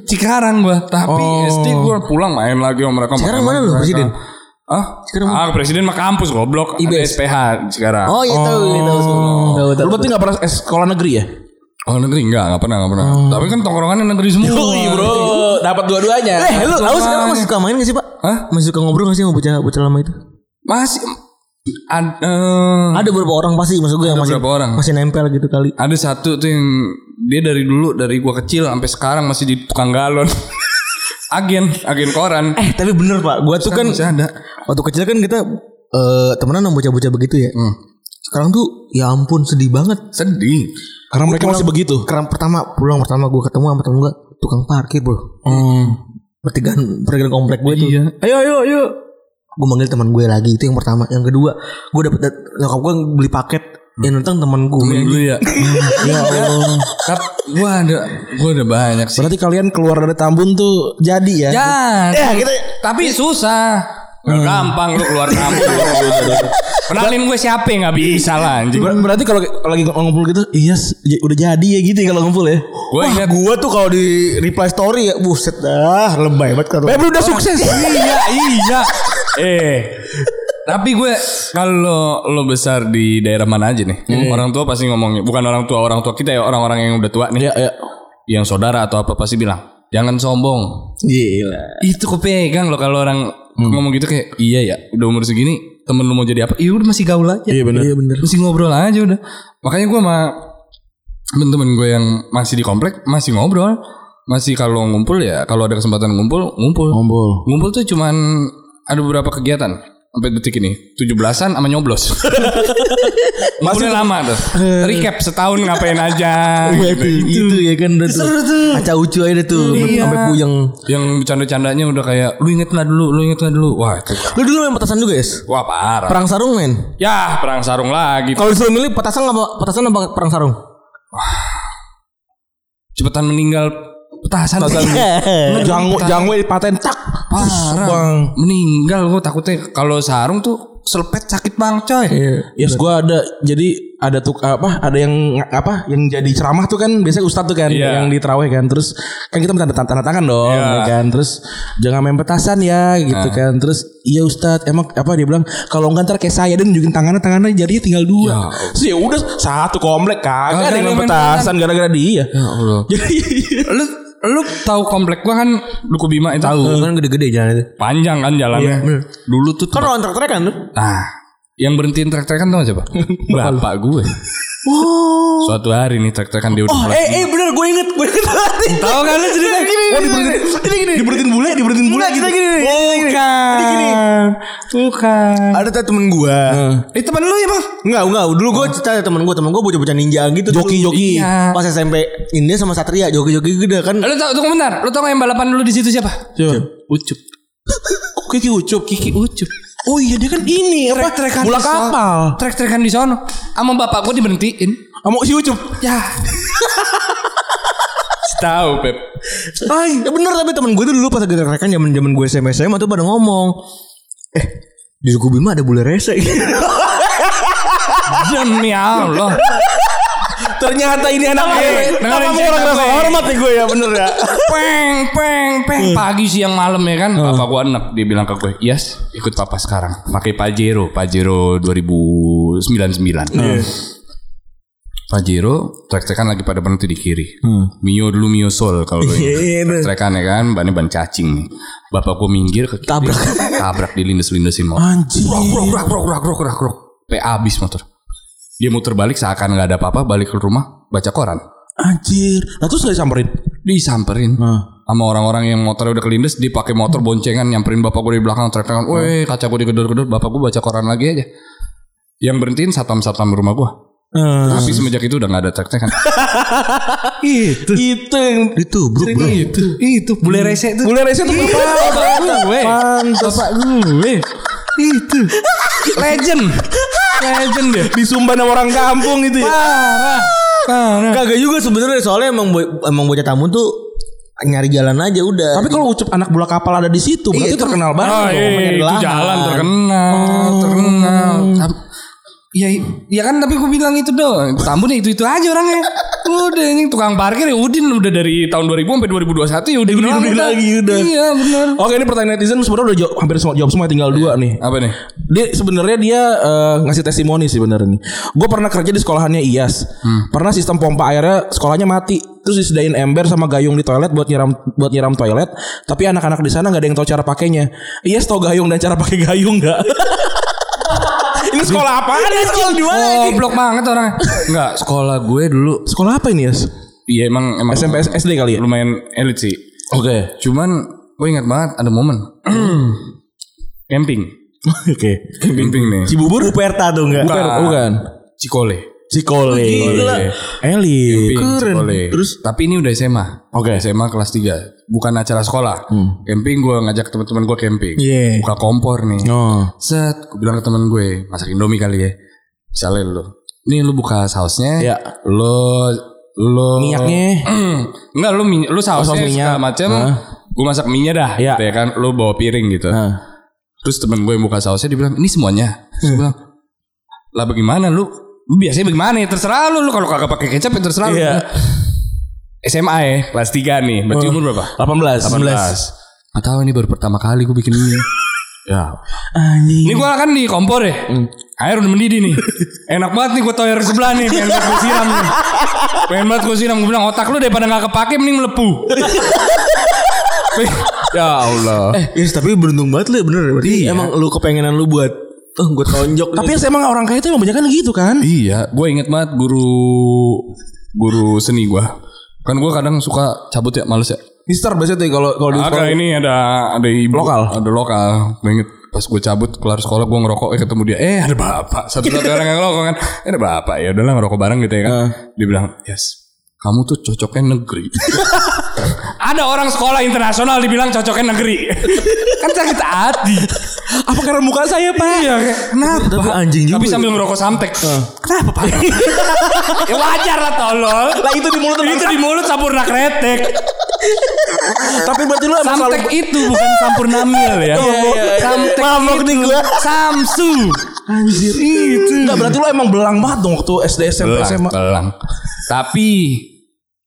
Cikarang gua Tapi SD gua pulang main lagi sama mereka
Sekarang
main
Oh. mana
sama
lu,
mereka.
presiden?
Hah? ah presiden mah kampus goblok Ada
IBS.
SPH sekarang
Oh, iya tahu, iya tahu. Tahu, tahu.
Lu berarti gak pernah es- sekolah negeri ya?
Oh, negeri enggak Enggak pernah enggak pernah
Oh.
Tapi kan tongkrongannya negeri semua
dapat dua-duanya.
Eh, lu lu sekarang masih suka main gak sih, Pak?
Hah?
Masih suka ngobrol gak sih sama bocah bocah lama itu?
Masih ad- eh,
Ada beberapa orang pasti maksud gue yang masih
berapa orang?
masih nempel gitu kali.
Ada satu tuh yang Dia dari dulu Dari gua kecil Sampai sekarang masih di tukang galon Agen Agen koran
Eh, tapi bener, Pak. Gua tuh kan
Masih ada
waktu kecil kan kita eh, temenan sama bocah-bocah begitu ya. Sekarang tuh ya ampun sedih banget.
Sedih
Karena mereka masih begitu.
Karena pertama pulang pertama gue ketemu sama temen gue
Oh, Iya.
tukang parkir, Bro. Pertigaan pertigaan komplek gue tuh. Hmm. Ayo ayo ayo. gue manggil teman gue lagi itu yang pertama yang kedua gue dapet dat- nyokap gue beli paket yang tentang teman gue
dulu ya. ya Allah. Kap, gua ada gua ada banyak sih.
Berarti kalian keluar dari Tambun tuh jadi ya?
Ya,
Ya kita
tapi susah. Nggak Gampang lu keluar kampung. Kenalin gue siapa ya? nggak bisa lah anjing.
Ber- berarti kalau lagi ngumpul gitu, iya s- j- udah jadi ya gitu ya kalau ngumpul ya.
Gue ingat
gue tuh kalau di reply story ya buset dah lebay banget kata
Febri udah sukses.
iya iya eh tapi gue kalau lo besar di daerah mana aja nih
Hmm.
orang tua pasti ngomongnya bukan orang tua orang tua kita ya orang-orang yang udah tua nih
Iya, iya.
yang saudara atau apa pasti bilang jangan sombong
Gila. Hmm.
itu kepegang lo kalau orang ngomong gitu kayak iya ya udah umur segini temen lu mau jadi apa iya udah masih gaul aja
Iya benar. Iya benar.
masih ngobrol aja udah makanya gue sama temen-temen gue yang masih di komplek masih ngobrol masih kalau ngumpul ya kalau ada kesempatan ngumpul ngumpul
Ngumpul.
Ngumpul tuh cuman ada beberapa kegiatan sampai detik ini 17-an sama nyoblos. Masih lama tuh. Recap setahun ngapain aja.
Eh.
gitu.
itu, itu ya kan udah tuh. Iya. Aca ucu aja dah tuh sampai puyeng.
Yang bercanda-candanya udah kayak lu inget nggak dulu, lu inget nggak dulu. Wah, itu
Lu dulu main petasan juga, Yes?
wah parah.
Perang sarung men.
Yah, perang sarung lagi.
Kalau disuruh milih petasan apa petasan apa perang sarung?
Cepetan meninggal petasan.
Jangwe jangwe dipaten tak.
Parah. Meninggal gua takutnya kalau sarung tuh selepet sakit banget coy.
Yes, gua ada jadi ada tuh apa ada yang apa yang jadi ceramah tuh kan biasanya ustadz tuh kan
Iya.
yang di terawih kan terus kan kita minta tanda, tanda tangan dong
Iya. Nah.
ya kan terus jangan main petasan ya gitu kan terus iya ustadz emang apa dia bilang kalau enggak ntar kayak saya dan nunjukin tangannya tangannya jarinya tinggal dua sih ya udah satu komplek
Kagak
kagak ada
ada
yang main
yang main
petasan gara-gara dia
Ya Allah.
jadi
lu lu tahu komplek gua kan Duku Bima itu. Tahu.
Kan gede-gede jalan itu.
Panjang kan jalannya. Dulu tuh
Kan lawan trek kan lu?
Nah, yang berhentiin trek-trekan tau gak siapa? Bapak gue. Suatu hari nih trek-trekan dia udah mulai.
Eh, eh bener gue inget, gue inget banget.
Tahu kan lu cerita?
Gini,
Oh,
gini,
diber-
gini, gini, gini.
diberetin bule diberetin bule
Enggak,
gitu
kita gini, gini, gini, gini.
Bukan. Bukan.
Ada tuh temen gue.
Eh teman lu ya, Bang?
Enggak, enggak. Dulu gue cerita temen gue, temen gue bocah-bocah ninja gitu.
joki
dulu.
joki
Iya.
Pas SMP India sama Satria joki-joki gede kan.
Eh, Lu tahu tunggu bentar. Lu tahu yang balapan dulu di situ siapa? Ucup.
Kok Kiki ucup
Kiki Ucup.
oh iya dia kan ini apa
Trek-trekan di
bola
sono.
kapal
Trek-trekan di sono. Sama bapak gue diberhentiin.
Sama si Ucup.
Ya. Tahu, Pep.
Ay, ya bener tapi temen gue tuh dulu pas lagi rekan zaman zaman gue SMA SMA tuh pada ngomong, eh di suku Bima ada bule rese.
Demi Allah.
Ternyata ini anak
Apa
gue.
gue? Dengerin
Apa gue
cerita
orang rasa
gue.
hormat Hmm. nih gue ya bener ya.
peng peng peng pagi siang malam ya kan
Hmm.
papa gua enak dia bilang ke gue yes ikut papa sekarang pakai pajero pajero 2099
Hmm.
Pajero trek-trekan lagi pada berhenti di kiri
Hmm.
Mio dulu Mio Sol kalau lo
Iya,
ingat Trek-trekan ya kan Bannya ban cacing nih Bapak gua minggir ke kiri Tabrak Tabrak dilindes-lindesin motor
Anjing.
Krok krok krok krok krok krok krok Pe abis motor Dia muter balik seakan gak ada apa-apa Balik ke rumah Baca koran
Anjir. Nah terus gak disamperin.
disamperin sama orang-orang yang motornya udah kelindes dia pakai motor boncengan nyamperin bapak gue di belakang trek-trekan weh kaca gue digedor-gedor bapak gue baca koran lagi aja yang berhentiin satpam-satpam rumah gue tapi semenjak itu udah gak ada trek-trekan
Itu. Itu yang
itu Gitu, bro, bro.
itu itu bule rese itu
bule rese tuh
Iya.
bapak.
gue bapak gue itu legend legend dia
Disumban sama orang kampung gitu ya.
parah parah
Kagak juga sebenarnya soalnya emang bo- emang bocah tamu tuh nyari jalan aja udah.
Tapi kalau Ucup anak bola kapal ada di situ berarti terkenal banget. Oh.
Oh,
dong.
iya,
Banyak
itu
lahan.
jalan terkenal, terkenal. Tam- Ya, ya kan tapi gue bilang itu dong. Tambun ya itu-itu aja orangnya. Udah ini tukang parkir ya Udin udah dari tahun 2000 sampai 2021 ya Udin, doang,
Udin lagi, udah.
Iya, benar.
Oke ini pertanyaan netizen sebenarnya udah jawab- hampir semua jawab semua tinggal dua
Iya.
nih.
Apa nih?
dia sebenarnya dia eh, ngasih testimoni sih bener nih. Gue pernah kerja di sekolahannya IAS. Pernah sistem pompa airnya sekolahnya mati. Terus disediain ember sama gayung di toilet buat nyiram buat nyiram toilet. Tapi anak-anak di sana nggak ada yang tahu cara pakainya. IAS tahu gayung dan cara pakai gayung nggak? ini sekolah apa? Ini sekolah di mana?
Oh,
ini?
blok banget orangnya. Enggak, sekolah gue dulu
Sekolah apa ini IAS?
Iya emang emang
SMP SD kali ya?
lumayan elit sih.
Oke. Hmm.
Cuman gue ingat banget ada momen camping.
Oke.
Camping nih.
oh, Cibubur? Buperta tuh enggak? Bukan.
Cikole.
Si Cole.
Gila.
Eli.
Keren.
Terus tapi ini udah SMA.
Oke.
SMA kelas 3. Bukan acara sekolah. Camping gue ngajak teman-teman gue camping.
Iya.
Buka kompor nih.
Oh.
Set, gue bilang ke teman gue, masak Indomie kali ya. Misalnya lu. Nih lu buka sausnya.
Iya.
Lu lu
Minyaknya.
Enggak lu min- lu sausnya
saus minyak.
segala macam. Gue masak minyak dah,
Iya.
gitu ya kan. Lu bawa piring gitu.
Nah.
Terus temen gue yang buka sausnya dia bilang ini semuanya. Terus gue bilang lah bagaimana lu? Lu biasanya bagaimana ya terserah lu lu kalau kagak pakai kecap ya terserah lu.
Iya.
SMA ya kelas 3 nih. Berarti umur berapa?
18. 18.
Gak tahu ini baru pertama kali gue bikin ini. ya.
Anjing.
Ini gue kan di kompor ya. Air udah mendidih nih. Enak banget nih gue toyer ke sebelah nih. Pengen banget gue siram nih. Pengen banget gue siram. Gue bilang otak lu daripada gak kepake mending melepuh. ya Allah.
Yes, tapi beruntung banget lu ya, bener. Berarti emang lu kepengenan lu buat Oh, gue tonjok
Iya. Tapi emang orang kaya itu emang banyak kan gitu kan?
Iya, gue inget banget guru guru seni gue. Kan gue kadang suka cabut ya, males ya.
Mister biasanya tuh kalau kalau di
Ada ini ada ada ibu
Lokal?
ada lokal. Gue inget pas gue cabut kelar sekolah gue ngerokok eh ketemu dia eh ada bapak satu satu orang yang ngerokok kan eh, ada bapak ya udahlah ngerokok bareng gitu ya kan dia bilang yes kamu tuh cocoknya negeri ada orang sekolah internasional dibilang cocoknya negeri kan sakit hati
apa karena muka saya pak?
iya kayak, kenapa
Tapi anjing juga
ya.
tapi sambil ngerokok samtek kenapa pak ya wajar lah tolol
Lah itu di mulut
itu di mulut sampurna kretek
Tapi berarti lu emang
Samtek itu bukan sampurna mil ya. Samtek itu Samsu.
anjir
Iya.
itu. ya. Enggak berarti lu emang belang banget dong waktu SD SMP SMA.
telang. Tapi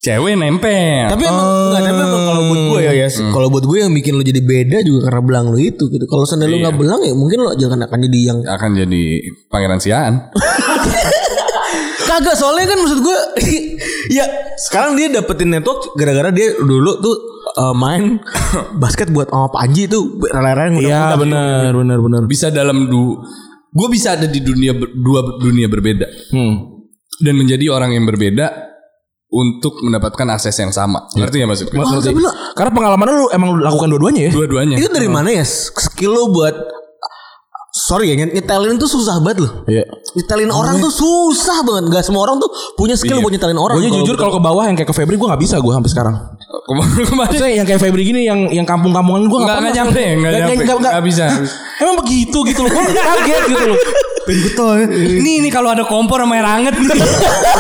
cewek nempel.
Tapi emang enggak ada memang kalau buat gue ya, Yes. Kalau buat gue yang bikin lo jadi beda juga karena belang lo itu gitu. Kalau seandainya
Iya.
lo nggak belang ya mungkin lo jangan akan jadi yang
akan jadi pangeran siaan.
kagak soalnya kan maksud gue ya sekarang dia dapetin network gara-gara dia dulu tuh eh, main basket buat sama Panji tuh rela-rela yang
Iya
muda-muda.
benar benar benar.
Bisa dalam du Gue bisa ada di dunia ber- dua dunia berbeda
Hmm.
dan menjadi orang yang berbeda untuk mendapatkan akses yang sama. Ngerti ya maksud gue?
Wah, tapi lo
Karena pengalaman lu emang lu lakukan dua-duanya ya?
Dua-duanya.
itu dari mana ya skill lo buat sorry ya nyet- nyetelin tuh susah banget loh
Iya.
nyetelin orang tuh susah banget nggak semua orang tuh punya skill buat nyetelin orang
Gue jujur kalau ke bawah yang kayak ke Febri gue nggak bisa gue sampai sekarang.
Kemarin kemarin
Maksudnya yang kayak Febri gini yang yang kampung-kampungan gue
nggak nggak nyampe, nggak nyampe, nggak bisa.
Emang begitu gitu loh. Gue kaget gitu loh.
Ini ini kalau ada kompor sama air anget nih.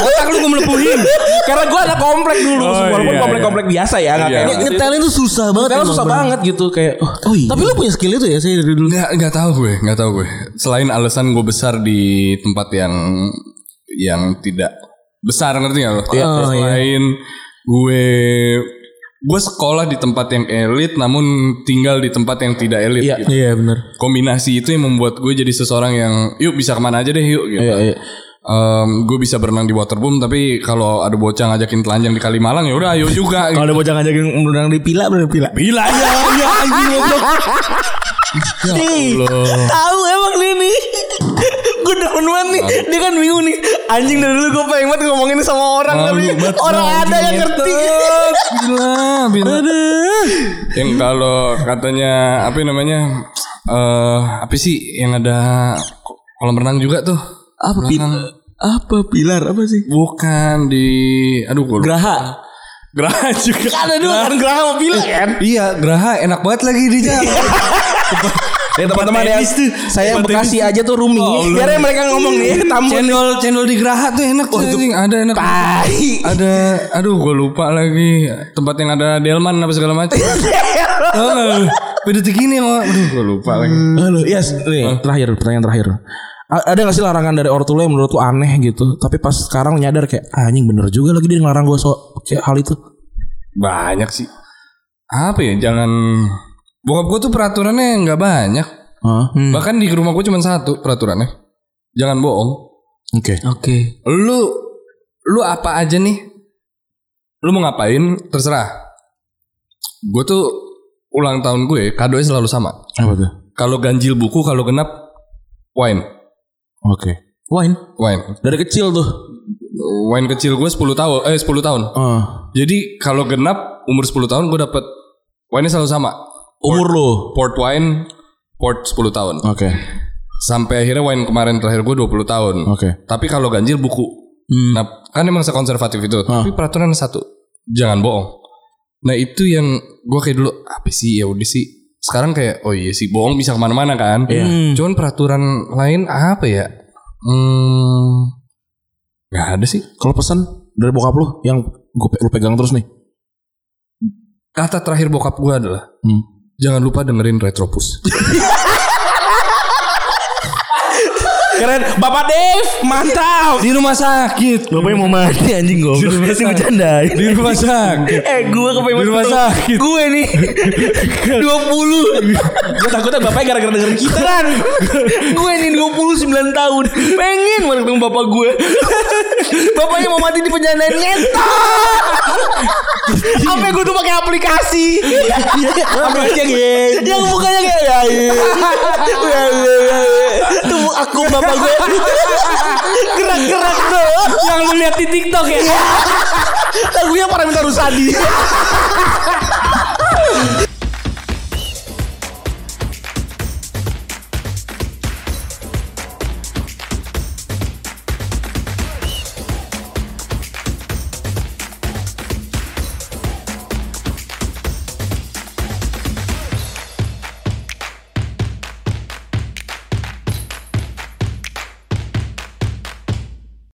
Otak lu gue melepuhin.
Karena gue ada komplek dulu,
Oh,
walaupun
iya,
komplek-komplek biasa ya, nggak
Iya.
kayak
Nge- nyetelin tuh susah banget
Karena
emang,
susah
bener.
banget gitu kayak. oh,
oh, iya. tapi lo punya skill itu ya saya dari dulu
Nggak nggak tahu gue, nggak tahu gue. Selain alasan gue besar di tempat yang yang tidak besar ngerti nggak lo?
Iya,
Selain gue gue sekolah di tempat yang elit, namun tinggal di tempat yang tidak elit.
Iya.
gitu.
iya benar
Kombinasi itu yang membuat gue jadi seseorang yang yuk bisa kemana aja deh yuk. Gitu.
iya.
Em, gue bisa berenang di waterboom tapi kalau ada bocah ngajakin telanjang di Kalimalang ya udah ayo juga gitu.
Kalau ada bocah ngajakin menang di pila, bener pila.
Bila ya, ya anjing goblok. Ya
Tahu emang dia nih. gue udah banget nih. Dia kan bingung nih. Anjing dari dulu gue pengen banget ngomongin sama orang tapi
Malu banget,
orang
malu
ada yang
banget.
ngerti.
Bila, bila. Yang kalau katanya apa namanya? Eh, apa sih yang ada kolam renang juga tuh?
apa
Kolam
pil-
renang.
apa pilar apa sih
Bukan di aduh gue lupa.
Graha
Geraha juga.
Ada dua orang gerah sama pila kan.
Iya, Geraha enak banget lagi di jalan.
Ya teman-teman
Iya. Tempat
ya,
tenis tuh.
saya
Tempat
Bekasi
tenis.
aja tuh rooming.
Oh, lu.
Biar mereka ngomong nih, tamu.
cendol cendol di Geraha tuh enak tuh anjing. ada enak ada aduh gue lupa lagi tempat yang ada delman apa segala macam Tau nggak lu? beda detik ini mau aduh gue lupa lagi
Halo, yes, nih terakhir pertanyaan terakhir. A- ada gak sih larangan dari ortu lu yang menurut lu aneh gitu? Tapi pas sekarang nyadar kayak "Ah, anjing bener juga lagi dia ngelarang gue soal kayak hal itu.
banyak sih apa ya jangan bokap gue tuh peraturannya nggak banyak
Hah? Hmm.
bahkan di rumah gue cuma satu peraturannya jangan bohong
Oke.
Oke
lu lu apa aja nih lu mau ngapain terserah gue tuh ulang tahun gue kadonya selalu sama
Apa tuh?
Kalau ganjil buku kalau genap wine.
Oke.
Wine
Wine.
Dari kecil tuh.
Wine kecil gue 10 tahun eh 10 tahun.
Ah.
Jadi kalau genap umur 10 tahun gue dapet wine selalu sama.
umur lu. Hmm.
Port wine port 10 tahun.
Oke.
Sampai akhirnya wine kemarin terakhir gue 20 tahun.
Oke.
Tapi kalau ganjil buku
Hmm.
Nah, kan emang sekonservatif itu.
Ah.
Tapi peraturan satu, jangan bohong. Nah itu yang gue kayak dulu apa sih ya udah sih. Sekarang kayak oh iya sih bohong bisa kemana-mana kan.
Iya.
Cuman peraturan lain apa ya? Hmm, gak ada sih.
Kalau pesan dari bokap lu yang gue lu pegang terus nih.
Kata terakhir bokap gue adalah
Hmm.
jangan lupa dengerin Retropus.
Keren, Bapak Dave, mantap.
Di rumah sakit.
Bapaknya mau mati anjing gue. Sudah sih bercandain.
Di rumah sakit.
ya. Eh gue kepengen
Di rumah
masuk.
sakit.
Gue nih 20
Gue takutnya bapaknya gara-gara dengerin kita kan.
Gue nih 29 tahun Pengen banget ketemu bapak gue Bapaknya mau mati di penjandaan ngentot Sampai gue tuh pakai aplikasi
Apa aja geng.
Yang mukanya kayak ya, iya. Ya, iya, ya, iya. Tuh aku bapak gue Gerak-gerak tuh
Yang lu lihat di TikTok ya.
Lagunya Paramita Rusadi